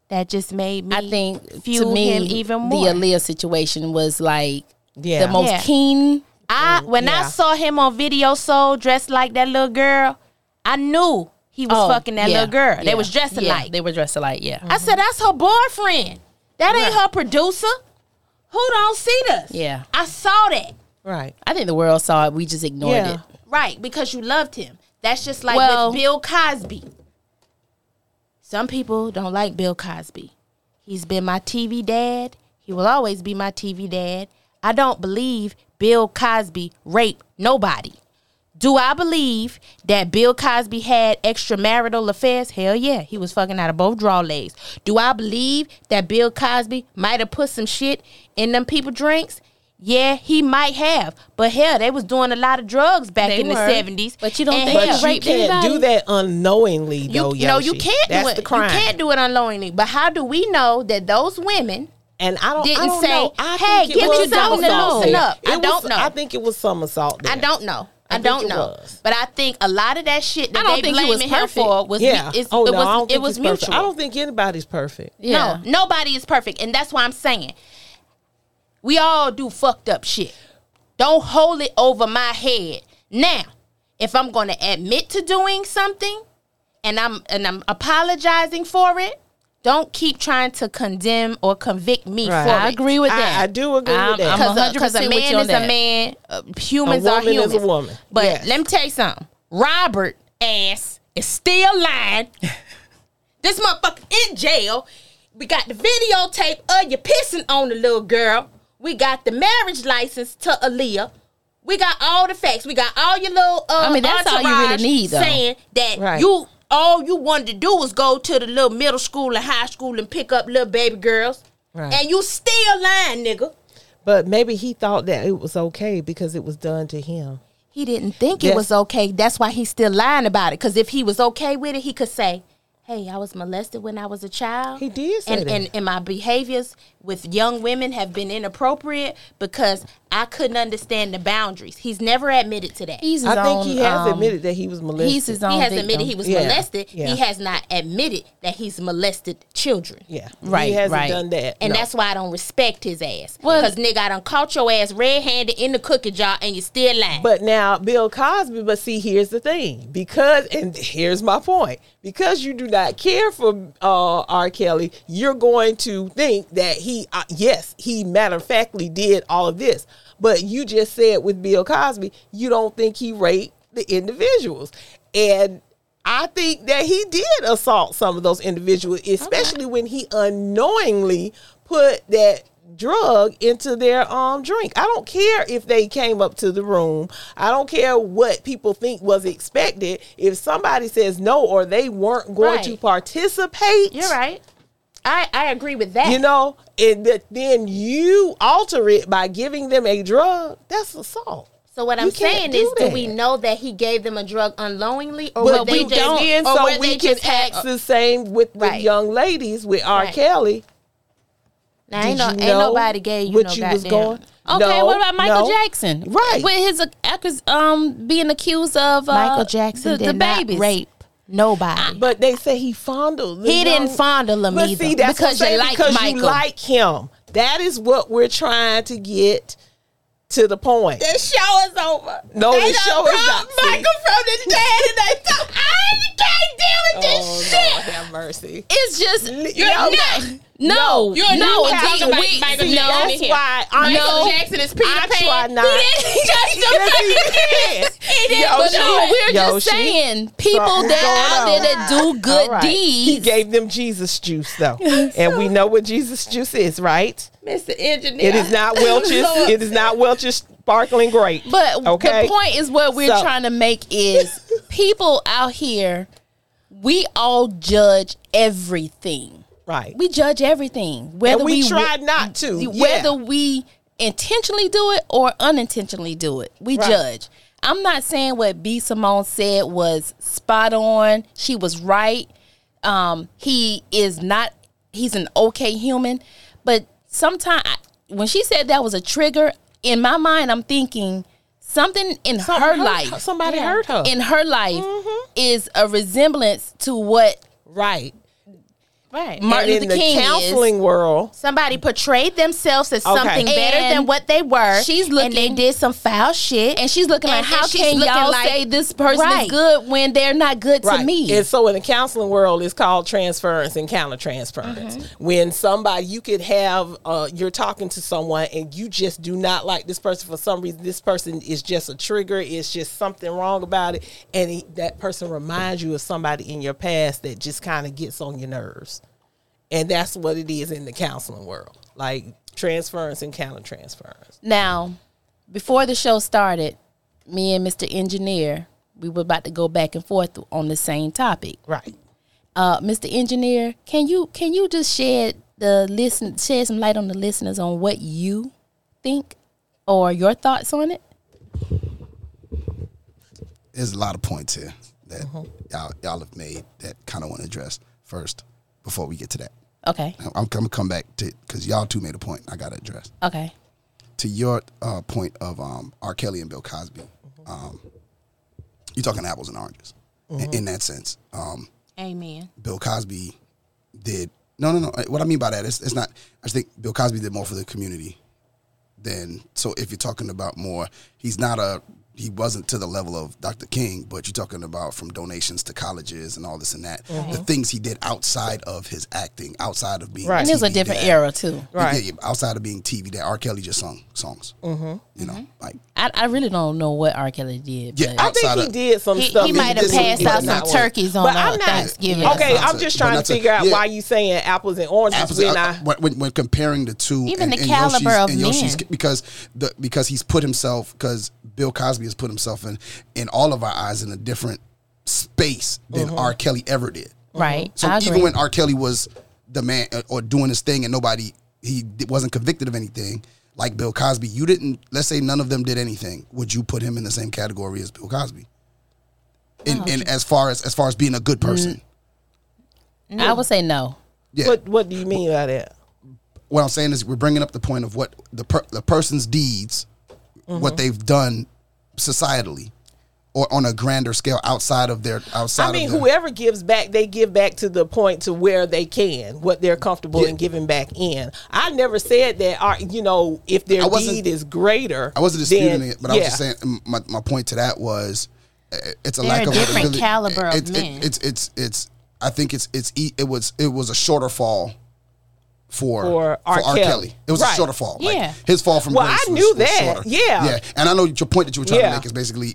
S3: that just made me.
S1: I think
S3: fuel
S1: to me,
S3: him even more.
S1: the Aaliyah situation was like
S2: Yeah.
S1: the most
S3: Yeah.
S1: keen.
S3: I when
S2: yeah.
S3: I saw him on Video Soul dressed like that little girl, I knew he was
S1: Oh,
S3: fucking that
S1: yeah,
S3: little girl. They
S1: yeah,
S3: was dressed
S1: yeah,
S3: alike.
S1: They were dressed alike. Yeah,
S3: I said, "That's her boyfriend. That ain't her producer. Who don't see this?
S1: Yeah.
S3: I saw that.
S2: right.
S1: I think the world saw it. We just ignored
S2: Yeah.
S1: it.
S3: Right, because you loved him. That's just like
S1: Well-
S3: with Bill Cosby. Some people don't like Bill Cosby. He's been my TV dad. He will always be my TV dad. I don't believe Bill Cosby raped nobody. Do I believe that Bill Cosby had extramarital affairs? Hell yeah, he was fucking out of both draw legs. Do I believe that Bill Cosby might have put some shit in them people drinks? Yeah, he might have, but hell, they was doing a lot of drugs back
S1: They
S3: in the
S1: were.
S3: seventies.
S1: But you don't think
S2: But
S1: Yeah,
S2: you
S1: raped
S2: can't do
S1: anybody.
S2: that unknowingly,
S3: you,
S2: though.
S3: no, you
S2: Yoshi.
S3: can't
S2: That's
S3: do it.
S2: The crime.
S3: You can't do it unknowingly. But how do we know that those women?
S2: And I don't. I
S3: Didn't
S2: don't
S3: say,
S2: know. I
S3: "Hey,
S2: think it
S3: give me
S2: was
S3: something to
S2: somersault
S3: loosen
S2: there.
S3: up." I
S2: It
S3: don't
S2: was-
S3: know.
S2: I think it was somersault. There.
S3: I don't know. I,
S2: think
S3: don't
S2: it
S3: know.
S2: was.
S3: But I think a lot of that shit that
S1: I don't
S3: they
S1: think he was
S3: blaming him
S1: perfect.
S3: for was
S2: Yeah.
S3: it's-
S2: oh
S3: it
S2: no,
S3: was
S2: I don't
S3: it
S2: think
S3: was
S2: it's perfect.
S3: mutual.
S2: I don't think anybody's perfect.
S1: Yeah.
S3: No, nobody is perfect, and that's why I'm saying we all do fucked up shit. Don't hold it over my head. Now, if I'm going to admit to doing something and I'm and I'm apologizing for it. Don't keep trying to condemn or convict me
S2: Right.
S3: for
S2: I
S3: it.
S2: agree with I- that. I do agree with
S3: I'm-
S2: that.
S3: I'm
S1: I'm
S3: 'Cause a,
S1: 100% with
S3: man
S1: you on
S3: is a
S1: that.
S3: man. uh, humans
S2: A
S3: are
S2: woman is a
S3: humans.
S2: woman.
S3: But
S2: Yes.
S3: let me tell you something. Robert ass is still lying. this motherfucker in jail. We got the videotape of you pissing on the little girl. We got the marriage license to Aaliyah. We got all the facts. We got all your little. Uh,
S1: I mean, that's all you
S3: entourage
S1: really need, though.
S3: Saying that
S2: Right.
S3: you all you wanted to do was go to the little middle school and high school and pick up little baby girls,
S2: Right.
S3: and you still lying, nigga.
S2: But maybe he thought that it was okay because it was done to him.
S3: He didn't think it
S2: Yes.
S3: was okay. That's why he's still lying about it. Because if he was okay with it, he could say, "Hey, I was molested when I was a child.
S2: He did say
S3: and
S2: that.
S3: and and my behaviors with young women have been inappropriate because I couldn't understand the boundaries." He's never admitted to that.
S1: He's um,
S2: I think he has admitted that he was
S3: um,
S2: molested.
S1: he's his own.
S3: he has
S1: victim.
S3: admitted he was
S2: Yeah,
S3: molested.
S2: yeah.
S3: He has not admitted that he's molested children.
S2: Yeah,
S1: Right,
S2: He hasn't
S1: right.
S2: done that,
S3: And
S2: No.
S3: that's why I don't respect his ass. Because nigga, I done caught your ass red-handed in the cookie jar, and you still lying.
S2: But now Bill Cosby, but see, here's the thing. Because and here's my point. Because you do not care for uh, R. Kelly, you're going to think that he uh, yes, he matter of factly did all of this. But you just said with Bill Cosby, you don't think he raped the individuals. And I think that he did assault some of those individuals, especially when he unknowingly put that drug into their um drink. I don't care if they came up to the room. I don't care what people think was expected. If somebody says no or they weren't going
S3: Right.
S2: to participate,
S3: You're right. I I agree with that.
S2: You know, and that then you alter it by giving them a drug. That's assault.
S3: So what
S2: You
S3: I'm
S2: can't
S3: saying
S2: do
S3: is, do
S2: that.
S3: we know that he gave them a drug unknowingly, or
S2: But
S3: were
S2: we
S3: they just,
S2: don't,
S3: or
S2: so
S3: were
S2: we
S3: they
S2: can
S3: just had- uh,
S2: act the same with the
S3: Right.
S2: young ladies with R.
S3: Right.
S2: Kelly.
S3: Now, ain't,
S2: Did
S3: no,
S2: you
S3: ain't
S2: know
S3: nobody gave you
S2: what
S3: no
S2: you
S3: goddamn.
S2: was going-
S1: Okay,
S2: No,
S1: what about Michael
S2: no.
S1: Jackson?
S2: Right.
S1: with his ac- accus- um being accused of uh,
S7: Michael Jackson
S1: the,
S7: did
S1: the
S7: not
S1: babies.
S7: rape nobody.
S2: But they say he fondled. the
S3: He didn't
S2: young-
S3: fondle them
S2: but
S3: either
S2: See, that's
S3: because
S2: what I'm
S3: you
S2: saying,
S3: like
S2: because
S3: Michael.
S2: You like him. That is what we're trying to get to the point.
S3: the show is over.
S2: No,
S3: they
S2: Oh, the
S3: done
S2: show is
S3: broke
S2: not- see.
S3: Michael from the dad, and they took. I can't deal with this
S2: Lord
S3: shit.
S2: Oh, have mercy.
S1: It's just
S2: You're
S1: no,
S2: not-
S1: no, no.
S3: You're not
S1: it's-
S3: talking about
S1: we-
S3: Michael
S1: no,
S3: Jackson
S2: that's
S3: here.
S2: why I
S3: Michael
S2: know
S3: Jackson is Peter
S2: I
S3: Pan.
S2: try not.
S1: He didn't just
S2: yes, he did.
S1: It is,
S2: Yoshi,
S1: but no, we're just
S2: Yoshi,
S1: saying people
S2: something's
S1: that
S2: going
S1: out there that do good
S2: All right. He
S1: deeds.
S2: gave them Jesus juice though, and we know what Jesus juice is, right?
S3: Mr. Engineer.
S2: It is not Welch's. it is not Welch's sparkling grape.
S1: But the point is what we're
S2: So-
S1: trying to make is people out here, we all judge everything.
S2: right?
S1: We judge everything. Whether
S2: and we,
S1: we
S2: try not to.
S1: the-
S2: yeah.
S1: whether we intentionally do it or unintentionally do it we
S2: Right.
S1: judge i'm not saying what b simone said was spot on she was right um he is not he's an okay human but sometimes when she said that was a trigger in my mind i'm thinking something in her
S2: hurt-
S1: life
S2: somebody hurt her. Mm-hmm.
S1: in her life is a resemblance to what
S2: right.
S3: Right.
S1: martin
S2: and in
S1: luther
S2: the
S1: king
S2: counseling
S1: is
S2: world,
S3: Somebody portrayed themselves as
S2: Okay.
S3: something better
S1: And
S3: than what they were.
S1: she's
S3: and they
S1: looking-
S3: did some foul shit.
S1: and she's looking
S3: And-
S1: like,
S3: and
S1: how
S3: she's
S1: can
S3: looking
S1: y'all
S3: like-
S1: say this person
S3: Right.
S1: is good when they're not good to me?
S2: And so in the counseling world, it's called transference and countertransference.
S1: Mm-hmm.
S2: When somebody you could have, uh, you're talking to someone and you just do not like this person for some reason. This person is just a trigger. It's just something wrong about it, and he, that person reminds you of somebody in your past that just kind of gets on your nerves, and that's what it is in the counseling world, like transference and countertransference.
S1: now, before the show started, me and Mr. Engineer, we were about to go back and forth on the same topic.
S2: Right.
S1: Uh, Mr. Engineer, can you can you just shed the listen shed some light on the listeners on what you think or your thoughts on it?
S6: there's a lot of points here that y'all, y'all have made that kind of want to address first before we get to that.
S1: Okay.
S6: I'm, I'm gonna come back to because y'all two made a point I gotta address
S1: Okay.
S6: to your uh, point of um, R. Kelly and Bill Cosby. Um, you're talking apples and oranges in, in that sense. Um,
S7: Amen.
S6: Bill Cosby did no, no, no. uh, What I mean by that is it's not. I just think Bill Cosby did more for the community than. So if you're talking about more, he's not a he wasn't to the level of Dr. King, but you're talking about from donations to colleges and all this and that.
S2: Mm-hmm.
S6: The things he did outside of his acting, outside of being
S2: Right.
S5: And it's a
S6: TV
S5: different
S6: dad.
S5: era too.
S6: Yeah,
S2: Right.
S6: yeah, outside of being TV that R. Kelly just sung songs.
S2: Mm-hmm.
S6: You know,
S5: Mm-hmm.
S6: like
S5: I, I really don't know what R. Kelly did.
S6: yeah,
S5: but
S2: I think
S6: outside
S2: he
S6: of
S2: did some
S1: He,
S2: stuff.
S1: he might have
S6: this is-
S1: passed
S6: this
S1: out
S6: is
S1: some
S6: not what-
S5: turkey's on
S2: But
S5: uh,
S2: I'm not
S5: Thanksgiving.
S6: Yeah,
S2: okay.
S6: that's not
S2: I'm
S6: to-
S2: just
S6: but
S2: trying to
S6: that's a-
S2: figure out
S6: yeah.
S2: why you saying apples and oranges
S6: apples-
S2: when
S6: uh,
S2: I,
S6: when, when, when comparing the two,
S5: Even
S6: and-
S5: the
S6: and
S5: caliber
S6: Yoshi's-
S5: of
S6: and Yoshi's,
S5: men.
S6: because the because he's put himself because Bill Cosby has put himself in in all of our eyes in a different space than R. Kelly ever did.
S5: Right.
S6: So
S5: I
S6: even
S5: agree.
S6: when R. Kelly was the man uh, or doing his thing and nobody he di- wasn't convicted of anything like Bill Cosby, you didn't. Let's say none of them did anything. Would you put him in the same category as Bill Cosby?
S5: Oh.
S6: And, and as far as as far as being a good person,
S5: Mm. I would say no.
S6: yeah.
S2: what what do you mean by that?
S6: what I'm saying is we're bringing up the point of what the per, the person's deeds,
S2: Mm-hmm.
S6: what they've done societally, or on a grander scale outside of their outside.
S2: I mean,
S6: of their,
S2: whoever gives back, they give back to the point to where they can, what they're comfortable
S6: Yeah.
S2: in giving back in. I never said that. Our, you know, if their
S6: I wasn't-
S2: deed is greater,
S6: I wasn't disputing it, but I was
S2: yeah.
S6: just saying m- my, my point to that was uh, it's a
S5: They're
S6: lack
S5: a
S6: of
S5: different
S6: ability-
S5: caliber of
S6: it- it-
S5: men.
S6: it's it's it's I think it's it's e- it was it was a shorter fall for
S2: For R. Kelly.
S6: It was
S2: Right.
S6: a shorter fall. Like,
S5: Yeah.
S6: his fall from
S2: Well,
S6: grace
S2: I
S6: was-
S2: knew
S6: was
S2: that.
S6: shorter.
S2: Yeah.
S6: yeah. And I know your point that you were trying
S2: Yeah.
S6: to make is basically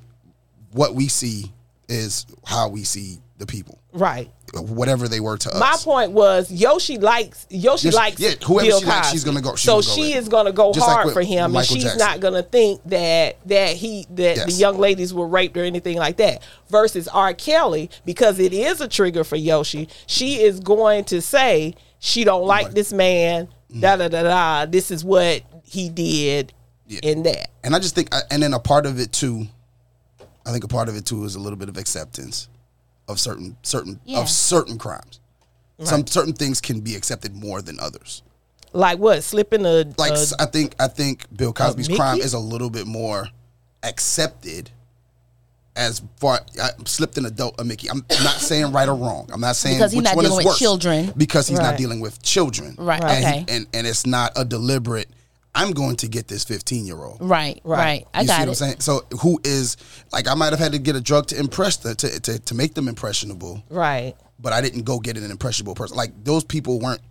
S6: what we see is how we see the people,
S2: right.
S6: whatever they were to us.
S2: My point was Yoshi likes Yoshi
S6: Yes,
S2: likes
S6: yeah, whoever
S2: Bill
S6: she likes,
S2: Cosby.
S6: she's gonna go- she's
S2: so
S6: gonna go
S2: she
S6: with.
S2: is gonna go
S6: Just like
S2: hard
S6: with
S2: for him, and
S6: Michael
S2: she's
S6: Jackson.
S2: not gonna think that that he that the
S6: Yes.
S2: young ladies were raped or anything like that. Versus R. Kelly, because it is a trigger for Yoshi. She is going to say she don't like this man.
S6: Mm.
S2: Da da da da. This is what he did in that.
S6: and I just think, I- and then a part of it too, I think a part of it too is a little bit of acceptance of certain certain
S5: Yeah.
S6: of certain crimes. Some certain things can be accepted more than others.
S2: Like what? Slipping a
S6: Like
S5: Uh,
S2: a-
S6: s I I think I think Bill Cosby's
S2: Mickey?
S6: crime is a little bit more accepted as far I slipped an adult a Mickey. I'm not saying right or wrong. I'm not saying
S5: Because he's
S6: which
S5: not
S6: one
S5: dealing with
S6: is worse.
S5: children.
S6: Because he's
S2: Right.
S6: not dealing with children.
S5: Right,
S6: And, he-
S5: okay.
S6: and and it's not a deliberate. I'm going to get this 15 year old.
S5: Right. Right. I
S6: you see
S5: got
S6: what I'm
S5: it.
S6: saying? So who is like I might have had to get a drug to impress the, to, to to make them impressionable,
S2: right.
S6: but I didn't go get an impressionable person. Like those people weren't.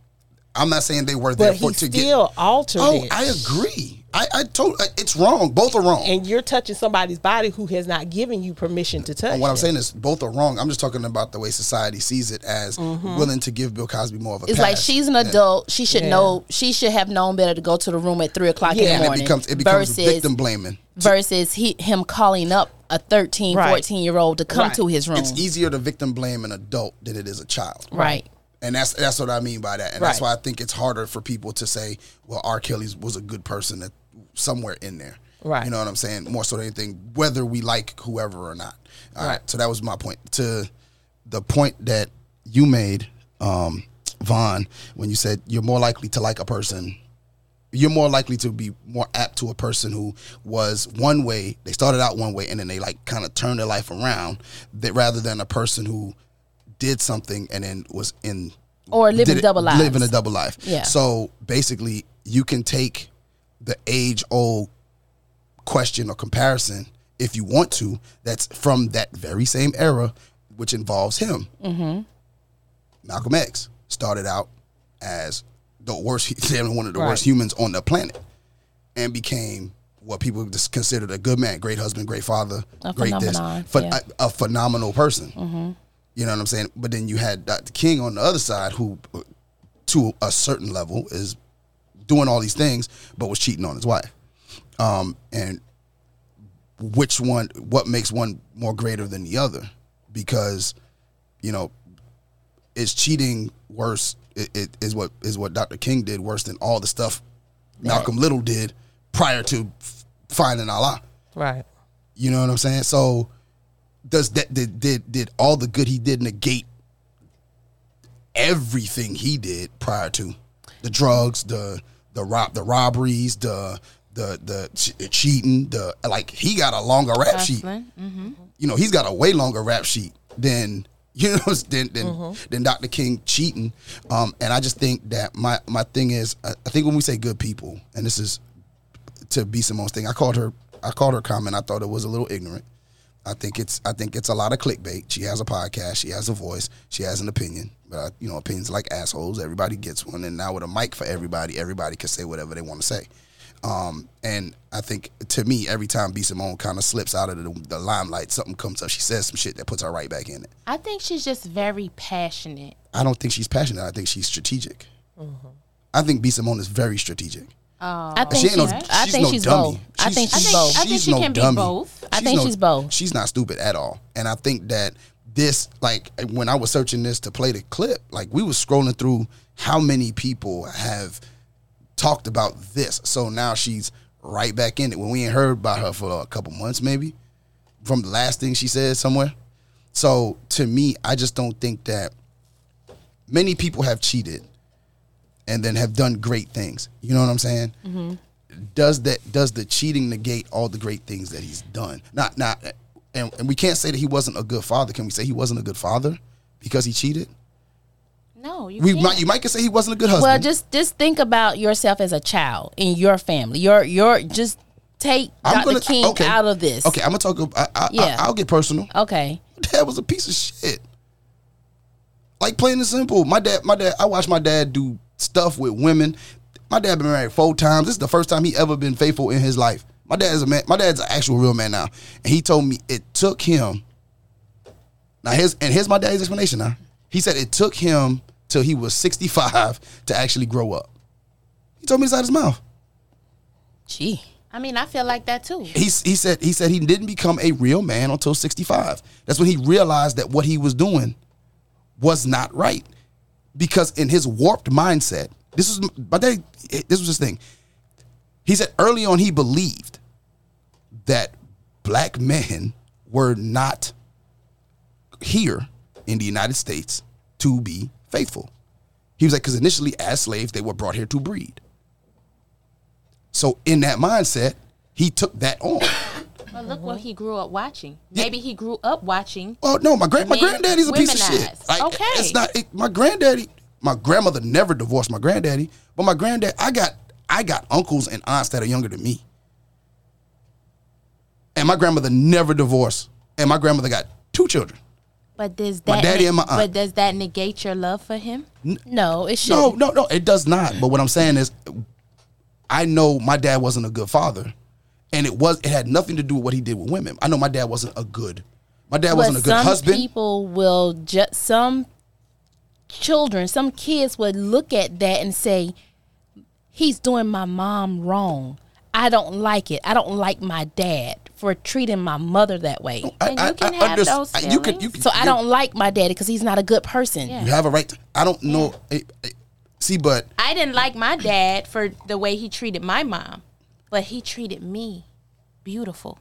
S6: I'm not saying they were there
S2: But
S6: for
S2: he
S6: to
S2: still
S6: get.
S2: altered
S6: Oh,
S2: it.
S6: I agree. I I told it's wrong. Both are wrong.
S2: and you're touching somebody's body who has not given you permission to touch.
S6: And what I'm
S2: them.
S6: saying is both are wrong. I'm just talking about the way society sees it as willing to give Bill Cosby more of a.
S5: It's
S6: pass.
S5: like she's an adult. She should
S2: Yeah.
S5: know. She should have known better to go to the room at three o'clock
S2: Yeah.
S5: in
S6: and
S5: the
S6: it
S5: morning.
S6: becomes it becomes
S5: versus
S6: victim blaming.
S5: versus he, him calling up a 13,
S2: Right.
S5: 14 year old to come
S2: Right.
S5: to his room.
S6: It's easier to victim blame an adult than it is a child.
S5: right.
S6: And that's that's what I mean by that. And that's
S2: Right.
S6: why I think it's harder for people to say, well, R. Kelly was a good person that somewhere in there.
S2: Right.
S6: You know what I'm saying? More so than anything, whether we like whoever or not. All right. So that was my point. To the point that you made, um, Vaughn, when you said you're more likely to like a person you're more likely to be more apt to a person who was one way they started out one way and then they like kind of turned their life around that rather than a person who did something and then was in
S5: Or living
S6: did it-
S5: double lives.
S6: living a double life
S5: Yeah.
S6: so basically you can take the age old question or comparison if you want to that's from that very same era which involves him Malcolm X started out as the worst, damn near one of the worst humans on the planet, and became what people just considered a good man, great husband, great father,
S5: A
S6: great this,
S5: phenomenon,
S6: ph-
S5: yeah. Mm-hmm.
S6: a, a phenomenal person. You know what I'm saying? But then you had Dr. King on the other side, who, to a certain level, is doing all these things, but was cheating on his wife. Um, and which one? What makes one more greater than the other? Because, you know, is cheating worse it, it is what is what Dr. King did worse than all the stuff Malcolm Little did prior to f- finding Allah.
S2: right.
S6: You know what I'm saying? So does that did did, did all the good he did negate everything he did prior to the drugs, the the rob the robberies, the the the che- cheating, the like he got a longer rap sheet you know, he's got a way longer rap sheet than you know than than, than Dr. King cheating. Um, and I just think that my my thing is, I, I think when we say good people, and this is to B Simone's thing, I called her I called her comment. I thought it was a little ignorant. I think it's I think it's a lot of clickbait. She has a podcast. She has a voice. She has an opinion. But uh, you know, opinions are like assholes. Everybody gets one, and now with a mic for everybody, everybody can say whatever they want to say. Um, and I think to me, every time B Simone kind of slips out of the, the limelight, something comes up. She says some shit that puts her right back in it.
S5: I think she's just very passionate.
S6: I don't think she's passionate. I think she's strategic. I think B Simone is very strategic.
S1: I think
S6: She ain't
S1: she's,
S6: no,
S1: I
S6: she's
S1: think
S6: no
S1: she's
S6: dummy.
S1: both. I think she's
S5: I think-
S1: both.
S5: I think
S6: she's
S5: she
S6: no
S5: can be
S6: dummy.
S5: both. I think
S6: no-
S1: she's both.
S6: She's not stupid at all. And I think that this, like, when I was searching this to play the clip, like, we was scrolling through how many people have talked about this. So now she's right back in it. When we ain't heard about her for a couple months, maybe from the last thing she said somewhere. So to me, I just don't think that many people have cheated and then have done great things. You know what I'm saying? Does that does the cheating negate all the great things that he's done? Not not and, and we can't say that he wasn't a good father. Can we say he wasn't a good father because he cheated?
S5: No, you
S6: We
S5: can't.
S6: might you might can say he wasn't a good husband.
S1: Well, just just think about yourself as a child in your family. Your your just take Dr. King
S6: okay.
S1: out of this.
S6: Okay, I'm gonna talk. ab- I, I,
S1: Yeah.
S6: I, will get personal.
S1: Okay.
S6: Dad was a piece of shit. Like plain and simple. My dad, my dad. I watched my dad do stuff with women. My dad been married four times. This is the first time he ever been faithful in his life. My dad is a man. My dad's an actual real man now, and he told me it took him. Now here's and here's my dad's explanation. Now he said it took him till he was 65 to actually grow up. He told me this out of his mouth.
S1: Gee.
S5: I mean, I feel like that too.
S6: he, he said he said he didn't become a real man until 65 that's when he realized that what he was doing was not right because in his warped mindset this was my dad this was his thing he said early on he believed that black men were not here in the united states to be faithful he was like because initially as slaves they were brought here to breed so in that mindset he took that on
S5: But look
S1: Uh-huh.
S5: what he grew up watching. Maybe he grew up watching.
S6: Oh no, my grand my
S5: Men
S6: granddaddy's a piece of shit.
S5: womanize.
S6: Like
S5: Okay.
S6: it's not it, my granddaddy. My grandmother never divorced my granddaddy, but my granddad I got I got uncles and aunts that are younger than me, and my grandmother never divorced, and my grandmother got two children.
S5: But does that
S6: My daddy
S5: neg-
S6: and my aunt.
S5: but does that negate your love for him?
S1: No, it should.
S6: No,
S1: not
S6: no, no, it does not. But what I'm saying is, I know my dad wasn't a good father, and it was it had nothing to do with what he did with women. I know my dad wasn't a good. My dad wasn't a
S1: but
S6: good
S1: some
S6: husband.
S1: people will just some children, some kids would look at that and say, "He's doing my mom wrong. I don't like it. I don't like my dad for treating my mother that way."
S6: I,
S5: And you can have those
S6: I- you can, you
S5: feelings.
S6: can,
S1: So I
S6: you're-
S1: don't like my daddy because he's not a good person.
S6: You have a right. To, I don't know. it- it- see, but
S5: I didn't like my dad for the way he treated my mom, but he treated me beautiful.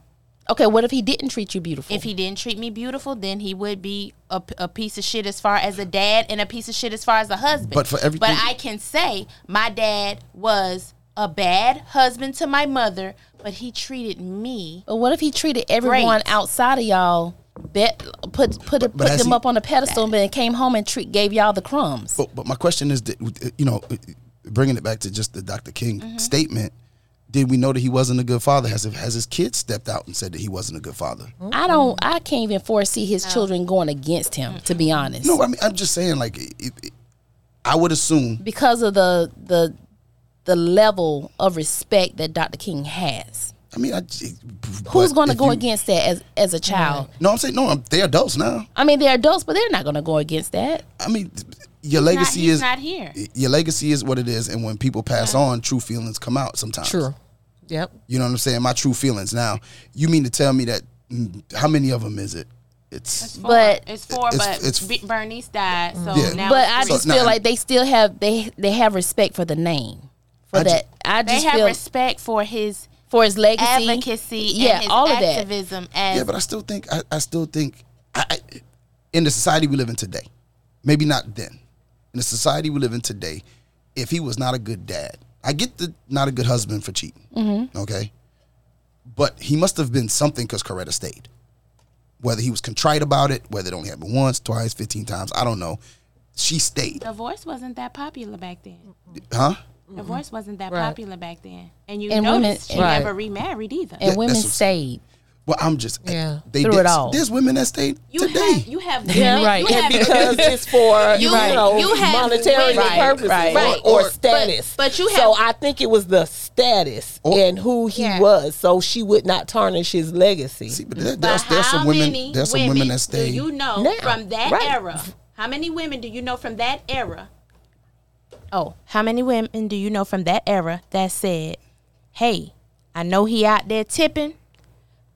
S1: Okay, what if he didn't treat you beautiful?
S5: If he didn't treat me beautiful, then he would be a, a piece of shit as far as a dad and a piece of shit as far as a husband.
S6: But for everything-
S5: but I can say my dad was a bad husband to my mother, but he treated me.
S1: But what if he treated everyone outside of y'all, bet, put put put
S6: has
S1: them
S6: he-
S1: up on a pedestal, and then came home and treat, gave y'all the crumbs?
S6: but but my question is, that, you know, bringing it back to just the Dr. King
S5: Mm-hmm.
S6: statement. Did we know that he wasn't a good father? Has has his kids stepped out and said that he wasn't a good father?
S1: I don't. I can't even foresee his children going against him. To be honest,
S6: No, I mean I'm just saying like it, it, I would assume
S1: because of the the the level of respect that Dr. King has.
S6: I mean I
S1: Who's going to go
S6: again?
S1: against that as as a child?
S6: No, I'm saying no, I'm, they're adults now.
S1: I mean, they're adults, but they're not going to go against that.
S5: Oh,
S6: I mean your
S5: Not-
S6: legacy
S5: he's
S6: is
S5: not here.
S6: your legacy is what it is and when people pass on true feelings come out sometimes.
S2: True. Yep.
S6: You know what I'm saying? My true feelings. Now, you mean to tell me that mm, how many of them is it? It's
S5: Four.
S1: But-
S5: it's four,
S6: It's-
S5: but
S6: it's-
S5: B- Bernice died, so
S6: Yeah.
S5: now
S1: But
S5: it's
S1: I
S5: three.
S6: So,
S1: just
S6: no,
S1: feel
S6: I-
S1: like they still have they they have respect for the name for
S6: I ju-
S1: that. I
S5: they
S1: just
S5: have
S1: feel
S5: respect for his
S1: for his legacy,
S5: advocacy,
S1: yeah,
S5: and his
S1: all of that.
S5: activism as
S6: yeah, but I still think I, I still think I, I, in the society we live in today, maybe not then. In the society we live in today, if he was not a good dad, I get the not a good husband for cheating.
S3: Mm-hmm.
S6: Okay, but he must have been something because Coretta stayed. Whether he was contrite about it, whether it only happened once, twice, fifteen times, I don't know. She stayed,
S5: divorce wasn't that popular back then.
S6: huh?
S3: Divorce wasn't that
S1: Right.
S3: popular back then, and you
S1: And
S3: noticed
S1: women-
S3: she
S5: Right.
S3: never remarried either.
S1: And
S6: Yeah,
S1: women
S6: that's what-
S1: stayed.
S6: Well, I'm just eh,
S5: Yeah.
S6: They
S1: Through
S6: did,
S1: it all.
S6: There's women that stayed
S3: you
S6: today.
S3: have you have
S1: Yeah,
S3: women-
S1: right.
S3: You have,
S2: because it's for you,
S3: You- Right.
S2: know
S3: you have
S2: monetary
S3: women- Right,
S2: purposes
S1: right.
S2: or,
S3: Right.
S2: or
S3: But-
S2: status.
S3: but you
S2: so
S3: have-
S2: I think it was the status
S6: Or-
S2: and who he
S3: Yeah.
S2: was, so she would not tarnish his legacy.
S6: See, but there,
S3: but
S6: there's, there's
S3: how
S6: some women.
S3: many
S6: There's some women that
S3: Do
S6: stayed.
S3: you know
S2: now?
S3: from that
S2: Right.
S3: era? How many women do you know from that era? Oh, how many women do you know from that era that said, "Hey, I know he out there tipping,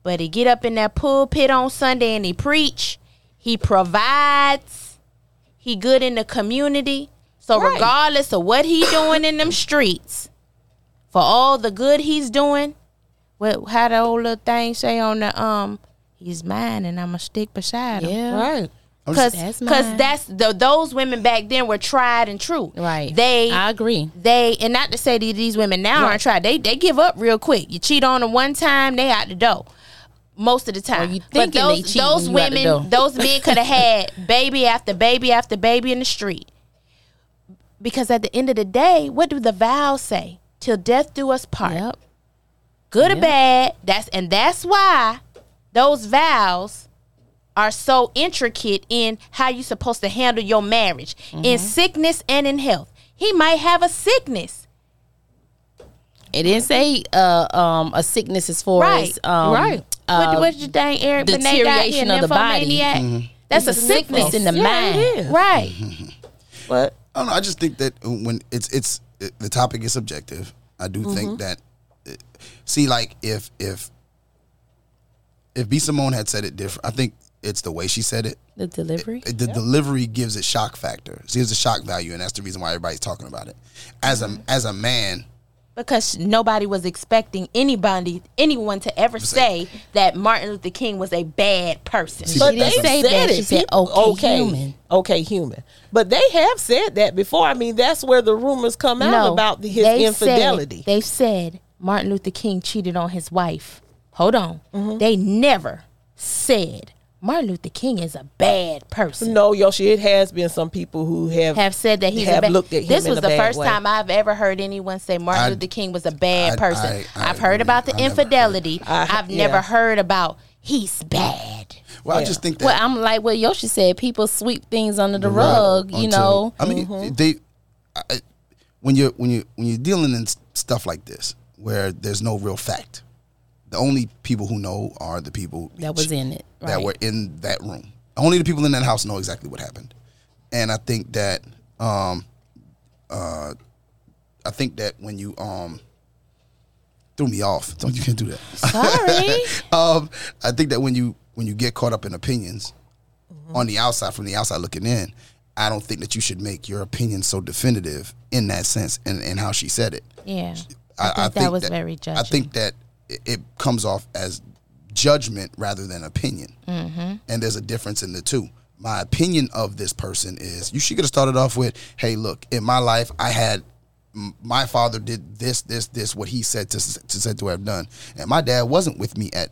S3: but he get up in that pulpit on Sunday and he preach. He provides. He good in the community. So regardless of what he doing in them streets, for all the good he's doing, what how the old little thing say on the um, he's mine and I'ma stick beside him.
S1: Yeah.
S5: Right.
S6: I'm
S3: Cause, that's
S6: just-
S1: That's
S3: cause
S1: mine.
S3: that's the those women back then were tried and true.
S1: Right.
S3: They
S1: I agree.
S3: they and not to say that these women now aren't tried. They they give up real quick. You cheat on them one time, they out the door. Most of the time,
S1: you
S3: but
S1: thinking they
S3: those
S1: cheating,
S3: those
S1: you out the
S3: women,
S1: door.
S3: those men could have had baby after baby after baby in the street. Because at the end of the day, what do the vows say? Till death do us part.
S1: Yep.
S3: Good or bad, that's and that's why those vows are so intricate in how you're supposed to handle your marriage in sickness and in health. He might have a sickness.
S1: It didn't say uh, um, a sickness as far
S3: Right.
S1: as um,
S5: Right.
S3: what, what's your thing, Eric? Benet got here,
S1: deterioration of the body.
S3: nymphomaniac? That's
S1: It's
S3: a
S1: a
S3: sickness
S1: sickness in the
S3: Yeah,
S1: mind.
S3: it is. Right.
S2: But
S6: I don't know. I just think that when it's it's it, the topic is subjective. I do think
S1: Mm-hmm.
S6: that it- see, like if if if B Simone had said it different, I think it's the way she said it.
S1: the delivery.
S6: It- The delivery gives it shock factor. It gives it shock value, and that's the reason why everybody's talking about it. As
S1: Mm-hmm.
S6: a as a man,
S3: Because nobody was expecting anybody, anyone to ever say that Martin Luther King was a bad person.
S6: See,
S2: But
S6: She
S2: they
S6: didn't
S1: say
S2: said
S1: that.
S2: it.
S1: She said,
S2: People-
S1: okay, human.
S2: Okay, human. But they have said that before. I mean, that's where the rumors come out about the, his
S3: they've
S2: infidelity.
S3: Said, they've said Martin Luther King cheated on his wife. Hold on.
S2: Mm-hmm.
S3: They never said Martin Luther King is a bad person.
S2: no, Yoshi, it has been some people who have
S3: Have said that he's a
S2: have
S3: bad.
S2: looked at him.
S3: this
S2: in
S3: was
S2: a
S3: the
S2: bad
S3: first
S2: way.
S3: time I've ever heard anyone say Martin
S6: I-
S3: Luther King was a bad
S6: I-
S3: person.
S6: I- I
S3: have heard
S6: agree.
S3: about the
S6: I never heard-
S3: infidelity.
S2: I-
S3: I've never
S2: yeah.
S3: heard about he's bad.
S6: well, I
S2: Yeah.
S6: just think that
S1: Well, I'm like what Yoshi said. People sweep things under the
S6: rug
S1: rug, you know.
S6: until-
S1: Mm-hmm.
S6: I mean, they I, I- when you're when you when you're dealing in s- stuff like this where there's no real fact. The only people who know are the people
S1: That was in it.
S6: that
S1: right.
S6: were in that room. Only the people in that house know exactly what happened, and I think that um, uh, I think that when you um threw me off, don't you can't do that.
S3: Sorry.
S6: um, I think that when you when you get caught up in opinions
S3: Mm-hmm.
S6: on the outside, from the outside looking in, I don't think that you should make your opinion so definitive in that sense and, and how she said it.
S3: yeah.
S6: I,
S3: think that was very
S6: I think that it, it comes off as judgment rather than opinion, mm-hmm. and there's a difference in the two. My opinion of this person is you should have started off with, "Hey, look, in my life, I had m- my father did this, this, this, what he said to, s- to said to have done, and my dad wasn't with me at."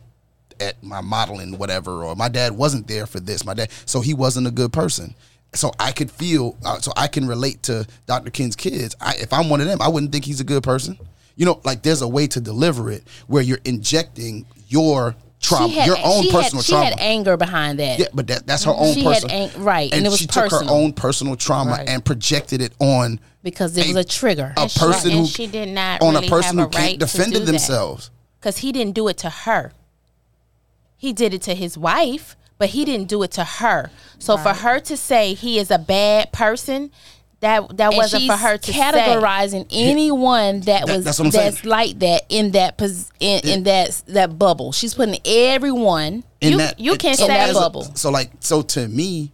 S6: At my modeling, whatever, or my dad wasn't there for this. My dad, so he wasn't a good person. So I could feel, uh, so I can relate to Dr. King's kids. I, if I'm one of them, I wouldn't think he's a good person. You know, like there's a way to deliver it where you're injecting your trauma,
S1: She had-
S6: your own
S1: she had-
S6: personal trauma.
S1: She had anger behind that.
S6: Yeah, but that, that's her own
S1: She had
S6: personal
S1: ang- right, and it was
S6: she took her
S1: personal.
S6: own personal trauma and projected it on
S1: because it was a trigger.
S6: a person
S3: and
S6: who
S3: she did not
S6: on
S3: really
S6: a person
S3: have
S6: who
S3: a right
S6: can't
S3: to
S6: defend
S3: do that.
S6: themselves.
S3: because he didn't do it to her. He did it to his wife, but he didn't do it to her. So for her to say he is a bad person, that that
S1: And
S3: wasn't for
S1: she's
S3: her to categorize.
S1: categorizing anyone that,
S6: That-
S1: was
S6: that's
S1: that's,
S6: what I'm saying.
S1: like that in that pos- in, in that that bubble. She's putting everyone.
S6: In
S3: You-
S6: that,
S3: you can
S6: so
S3: say-
S6: as a-
S1: bubble.
S6: so like, so to me,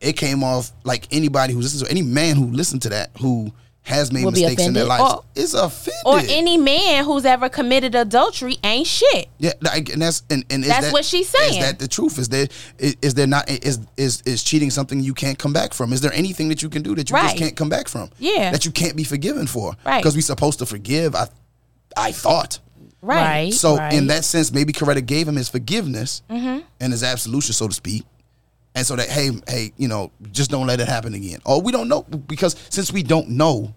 S6: it came off like anybody who listens to any man who listened to that who has made
S1: Will be
S6: mistakes in their
S1: offended.
S6: life
S3: Or-
S6: is offended.
S3: Oh. Or any man who's ever committed adultery ain't shit.
S6: Yeah, like, and that's and, and is
S3: That's
S6: that-
S3: what she's
S6: Is
S3: saying.
S6: that the truth? Is there is, is there not is is is cheating something you can't come back from? Is there anything that you can do that you
S3: Right.
S6: just can't come back from?
S3: Yeah.
S6: that you can't be forgiven for.
S3: Right.
S6: because we're supposed to forgive. I I thought
S3: Right.
S6: so. In
S1: right. Mm-hmm.
S6: that sense, maybe Coretta gave him his forgiveness and his absolution, so to speak. And so that
S1: Mm-hmm.
S6: hey hey you know just don't let it happen again. Or we don't know because since we don't know,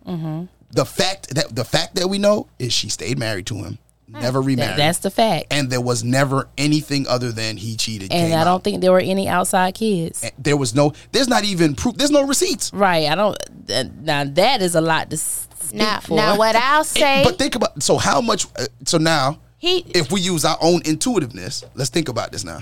S6: The fact that the fact that we know is she stayed married to him, never remarried.
S1: Ah, That's the fact.
S6: and there was never anything other than he cheated.
S1: And
S6: came
S1: I
S6: out.
S1: don't think there were any outside kids.
S6: There was no. There's not even proof. There's no receipts.
S1: Right. I don't. th- now that is a lot to s- speak
S3: Now,
S1: for.
S3: now what I'll say,
S6: But think about. So how much? uh, So now,
S3: He-
S6: if we use our own intuitiveness, let's think about this now.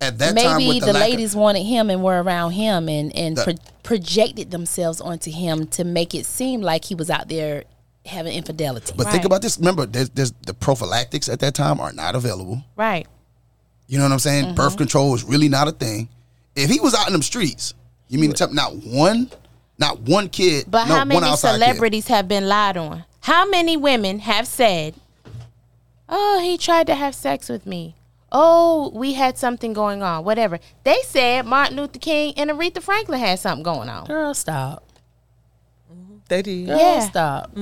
S6: At that time,
S1: Maybe
S6: with the,
S1: the,
S6: lack of-
S1: ladies wanted him and were around him and and
S6: The-
S1: pro- projected themselves onto him to make it seem like he was out there having infidelity.
S6: but think
S3: Right.
S6: about this. Remember, there's, there's the prophylactics at that time are not available.
S3: right?
S6: You know what I'm saying?
S3: Mm-hmm.
S6: Birth control is really not a thing. If he was out in them streets, you mean to tell me not one, not one kid,
S3: But
S6: no,
S3: how
S6: one
S3: many
S6: outside kid.
S3: celebrities have been lied on? How many women have said, "Oh, he tried to have sex with me." Oh, we had something going on. Whatever they said, Martin Luther King and Aretha Franklin had something going on.
S1: Girl, stop.
S2: They did.
S1: Girl,
S3: Yeah.
S1: stop.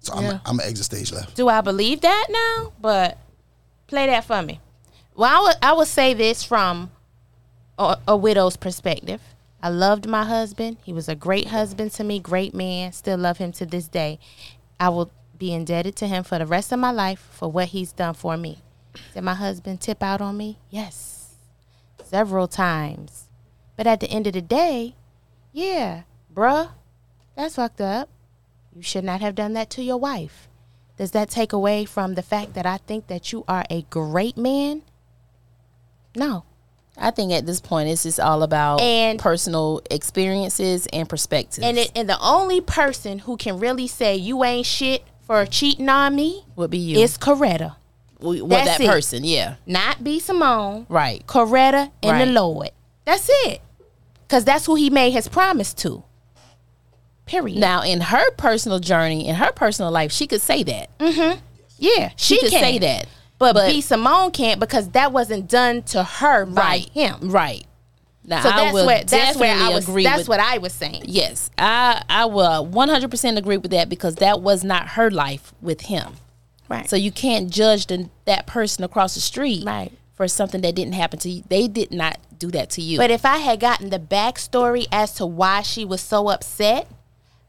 S6: So I'm, I'm an exit stage left.
S3: Do I believe that now? But play that for me. Well, I would I would say this from a, a widow's perspective. I loved my husband. He was a great husband to me, great man. Still love him to this day. I will be indebted to him for the rest of my life for what he's done for me. Did my husband tip out on me? Yes, several times. But at the end of the day, yeah, bruh, that's fucked up. You should not have done that to your wife. Does that take away from the fact that I think that you are a great man? No.
S1: I think at this point it's just all about
S3: And-
S1: personal experiences and perspectives.
S3: And it and the only person who can really say you ain't shit for cheating on me
S1: would be you.
S3: is Coretta.
S1: W- well,
S3: that's
S1: that
S3: it.
S1: person, yeah.
S3: Not B Simone.
S1: Right.
S3: Coretta and
S1: Right.
S3: the Lord. That's it. Cause that's who he made his promise to. Period.
S1: Now, in her personal journey, in her personal life, she could say that.
S3: yeah, she,
S1: She could
S3: can
S1: say that.
S3: But,
S1: But-
S3: B Simone can't because that wasn't done to her by
S1: Right.
S3: him.
S1: Right. Now,
S3: So
S1: I
S3: that's
S1: will
S3: what that's where I
S1: definitely
S3: was
S1: agree
S3: that's
S1: with
S3: what I was saying.
S1: Yes, I I will 100% agree with that because that was not her life with him.
S3: Right.
S1: So you can't judge the, that person across the street
S3: Right.
S1: for something that didn't happen to you. They did not do that to you.
S3: But if I had gotten the backstory as to why she was so upset,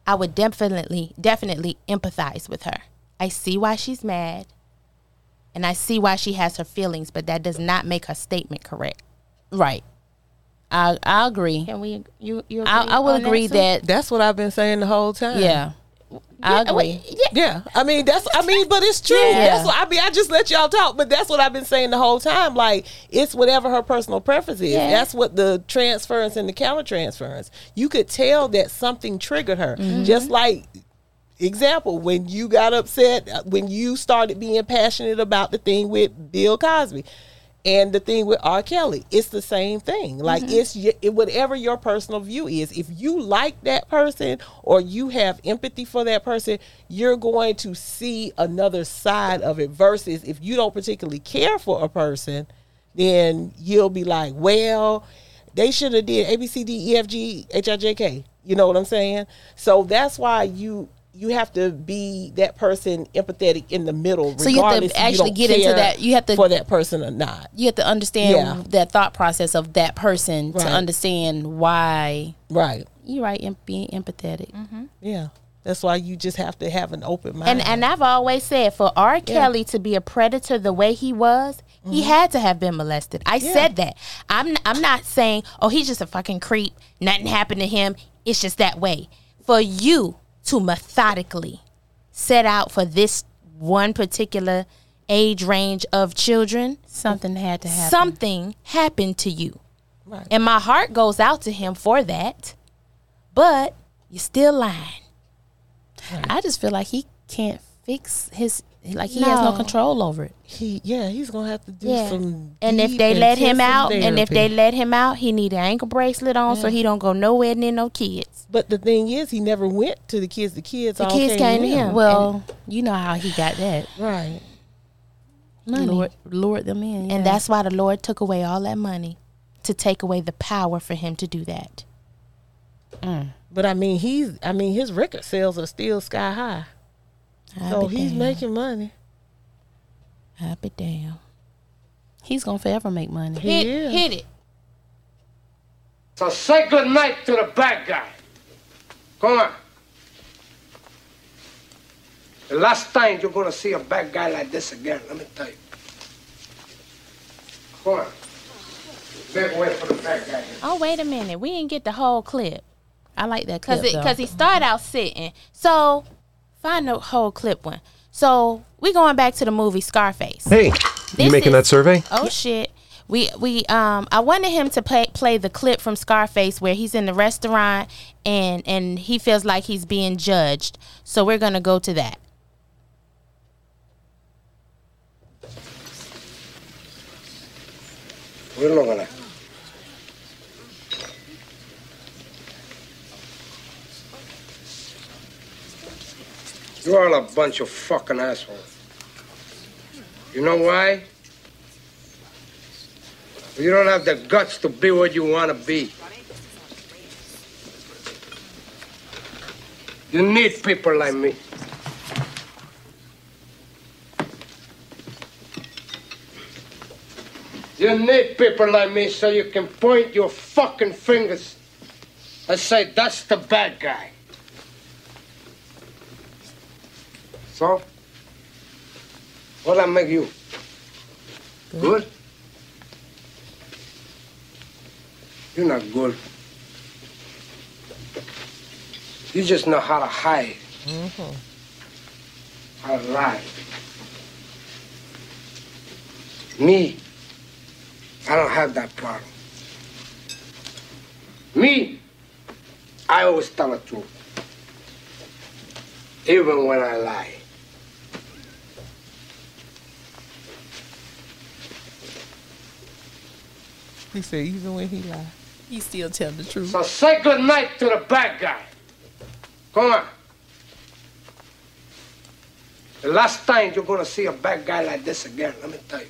S3: I would definitely, definitely empathize with her. I see why she's mad and I see why she has her feelings, but that does not make her statement correct.
S1: right. I I agree.
S3: Can we, you, you agree
S1: I, I will
S3: on
S1: agree
S3: too?
S1: that,
S2: That's what I've been saying the whole time.
S1: yeah. I agree.
S3: Wait, yeah.
S2: Yeah, I mean that's I mean, but it's true.
S1: Yeah.
S2: That's what I mean. I just let y'all talk, but that's what I've been saying the whole time. Like it's whatever her personal preference is.
S3: Yeah.
S2: That's what the transference and the counter transference. You could tell that something triggered her.
S1: Mm-hmm.
S2: Just like example, when you got upset, uh, when you started being passionate about the thing with Bill Cosby. And the thing with R. Kelly, it's the same thing. Like it's y- it, whatever your personal view is. If you like that person or you have empathy for that person, you're going to see another side of it. Versus if you don't particularly care for a person, then you'll be like, well, they should have did A B C D E F G H I J K. You know what I'm saying? So that's why you you have to be that person empathetic in the middle.
S1: So you have to
S2: regardless if
S1: actually
S2: don't
S1: get into
S2: care
S1: that- you have to-
S2: for that person or not.
S1: you have to understand
S2: Yeah.
S1: that thought process of that person
S2: Right.
S1: to understand why
S2: Right.
S1: you're right in being empathetic.
S2: Yeah. That's why you just have to have an open mind.
S3: And, and I've always said for R. Kelly to be a predator the way he was, he had to have been molested. I said that. I'm I'm not saying oh he's just a fucking creep. Nothing happened to him. It's just that way. For you to methodically set out for this one particular age range of children,
S1: Something had to happen.
S3: something happened to you.
S2: Right.
S3: And my heart goes out to him for that. But you're still lying.
S1: I just feel like he can't fix his like he has no
S3: No.
S1: control over it.
S2: he yeah, he's gonna have to do
S3: Yeah.
S2: some
S3: And if
S2: deep,
S3: they let him
S2: intensive
S3: out, and if
S2: therapy.
S3: they let him out, he need an ankle bracelet on so he don't go nowhere near no kids.
S2: But the thing is he never went to the kids. The kids
S3: The
S2: all
S3: kids came to him.
S1: Well, you know how he got that.
S2: Right.
S1: Lured, lured them in.
S3: And
S1: yeah.
S3: that's why the Lord took away all that money to take away the power for him to do that.
S2: But I mean he's I mean his record sales are still sky high.
S3: I
S2: So
S3: be
S2: he's
S3: damned.
S2: making money.
S3: I be damn.
S1: he's gonna forever make money.
S2: Hit- Yeah. hit
S3: it.
S8: So say good night to the bad guy. Go on. The last time you're gonna see a bad guy like this again, let me tell you. Hold on. Make way for the bad guy.
S3: Oh, wait a minute. We didn't get the whole clip.
S1: I like that clip
S3: Cause it,
S1: though.
S3: cause he started out sitting. So find the whole clip one. So we going back to the movie Scarface.
S9: Hey, you
S3: This
S9: making
S3: is-
S9: that survey?
S3: Oh shit. We we um I wanted him to play play the clip from Scarface where he's in the restaurant and and he feels like he's being judged. So we're gonna go to that.
S8: We're not gonna. You're all a bunch of fucking assholes. You know why? You don't have the guts to be what you want to be. You need people like me. You need people like me so you can point your fucking fingers and say, that's the bad guy. So? What I make you? Good? You're not good. You just know how to hide. How to lie. Me, I don't have that problem. Me, I always tell the truth. Even when I lie.
S2: He said, even when he lied.
S1: he still tell the truth.
S8: So say goodnight to the bad guy. Come on. The last time you're gonna see a bad guy like this again, let me tell you.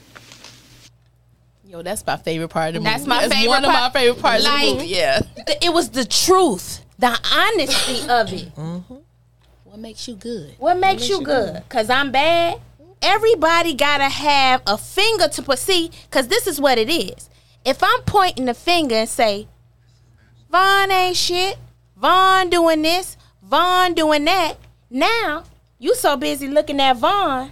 S1: Yo, that's my favorite part of the
S3: That's
S1: movie.
S3: my favorite
S1: one
S3: part.
S1: of my favorite parts of
S3: Like-
S1: the movie. Yeah.
S3: The- it was the truth, the honesty of it.
S1: Mm-hmm. What makes you good?
S3: What makes you good? Cause I'm bad. Everybody gotta have a finger to put. See, cause this is what it is. If I'm pointing the finger and say, Vaughn ain't shit, Vaughn doing this, Vaughn doing that. Now you so busy looking at Vaughn.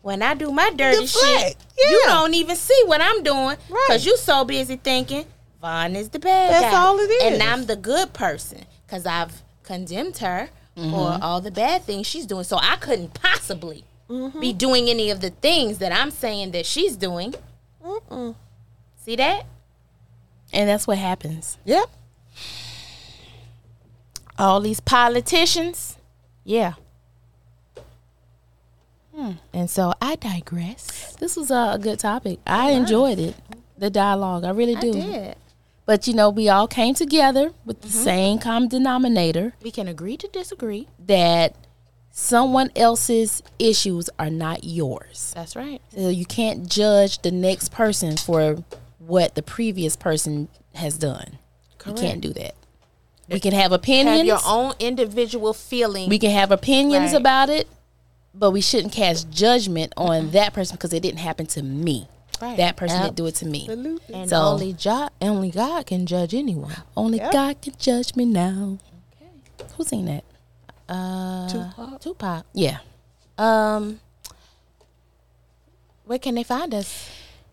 S3: When I do my dirty shit,
S2: Deflect.
S3: you
S2: Yeah.
S3: don't even see what I'm doing
S2: Right.
S3: because you so busy thinking Vaughn is the bad
S2: That's
S3: guy.
S2: all it is.
S3: And I'm the good person because I've condemned her for all the bad things she's doing. So I couldn't possibly be doing any of the things that I'm saying that she's doing. See that?
S1: And that's what happens.
S2: Yep.
S3: All these politicians. Yeah.
S1: Hmm.
S3: And so I digress.
S1: This was uh, a good topic. I enjoyed it. The dialogue, I really do.
S3: I did. Mm-hmm.
S1: But you know, we all came together with the same common denominator
S3: We can agree to disagree.
S1: that someone else's issues are not yours.
S3: That's right.
S1: So uh, you can't judge the next person for what the previous person has done. You can't do that. We can have opinions.
S3: Have your own individual feeling.
S1: we can have opinions
S3: Right.
S1: about it, but we shouldn't cast judgment on that person because it didn't happen to me.
S3: Right.
S1: That person didn't do it to me.
S3: and
S1: so-
S3: only, jo- only God can judge anyone.
S1: Only God can judge me now. Who seen that?
S4: uh,
S3: Tupac. Tupac.
S1: Yeah.
S3: Um, where can they find us?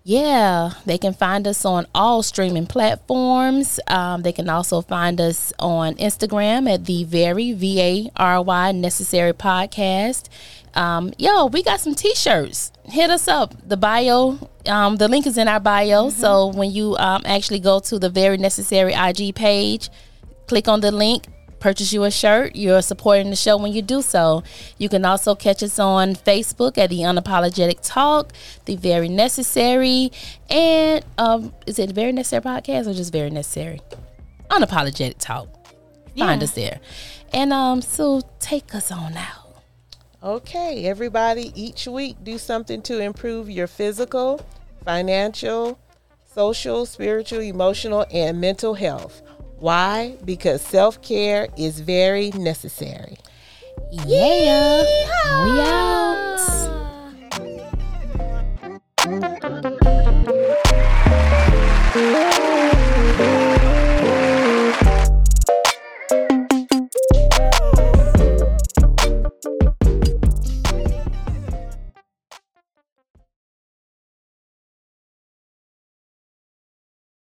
S1: Yeah, they can find us on all streaming platforms. Um, they can also find us on Instagram at the very V A R Y necessary podcast. Um, yo, we got some T-shirts. Hit us up. The bio, um, the link is in our bio. So when you um, actually go to the very necessary IG page, click on the link purchase you a shirt you're supporting the show when you do so you can also catch us on facebook at the unapologetic talk the very necessary and um is it very necessary podcast or just very necessary unapologetic talk find us there and um so take us on out
S2: Okay, everybody, each week do something to improve your physical, financial, social, spiritual, emotional, and mental health. Why? Because self care is very necessary.
S1: yeah we out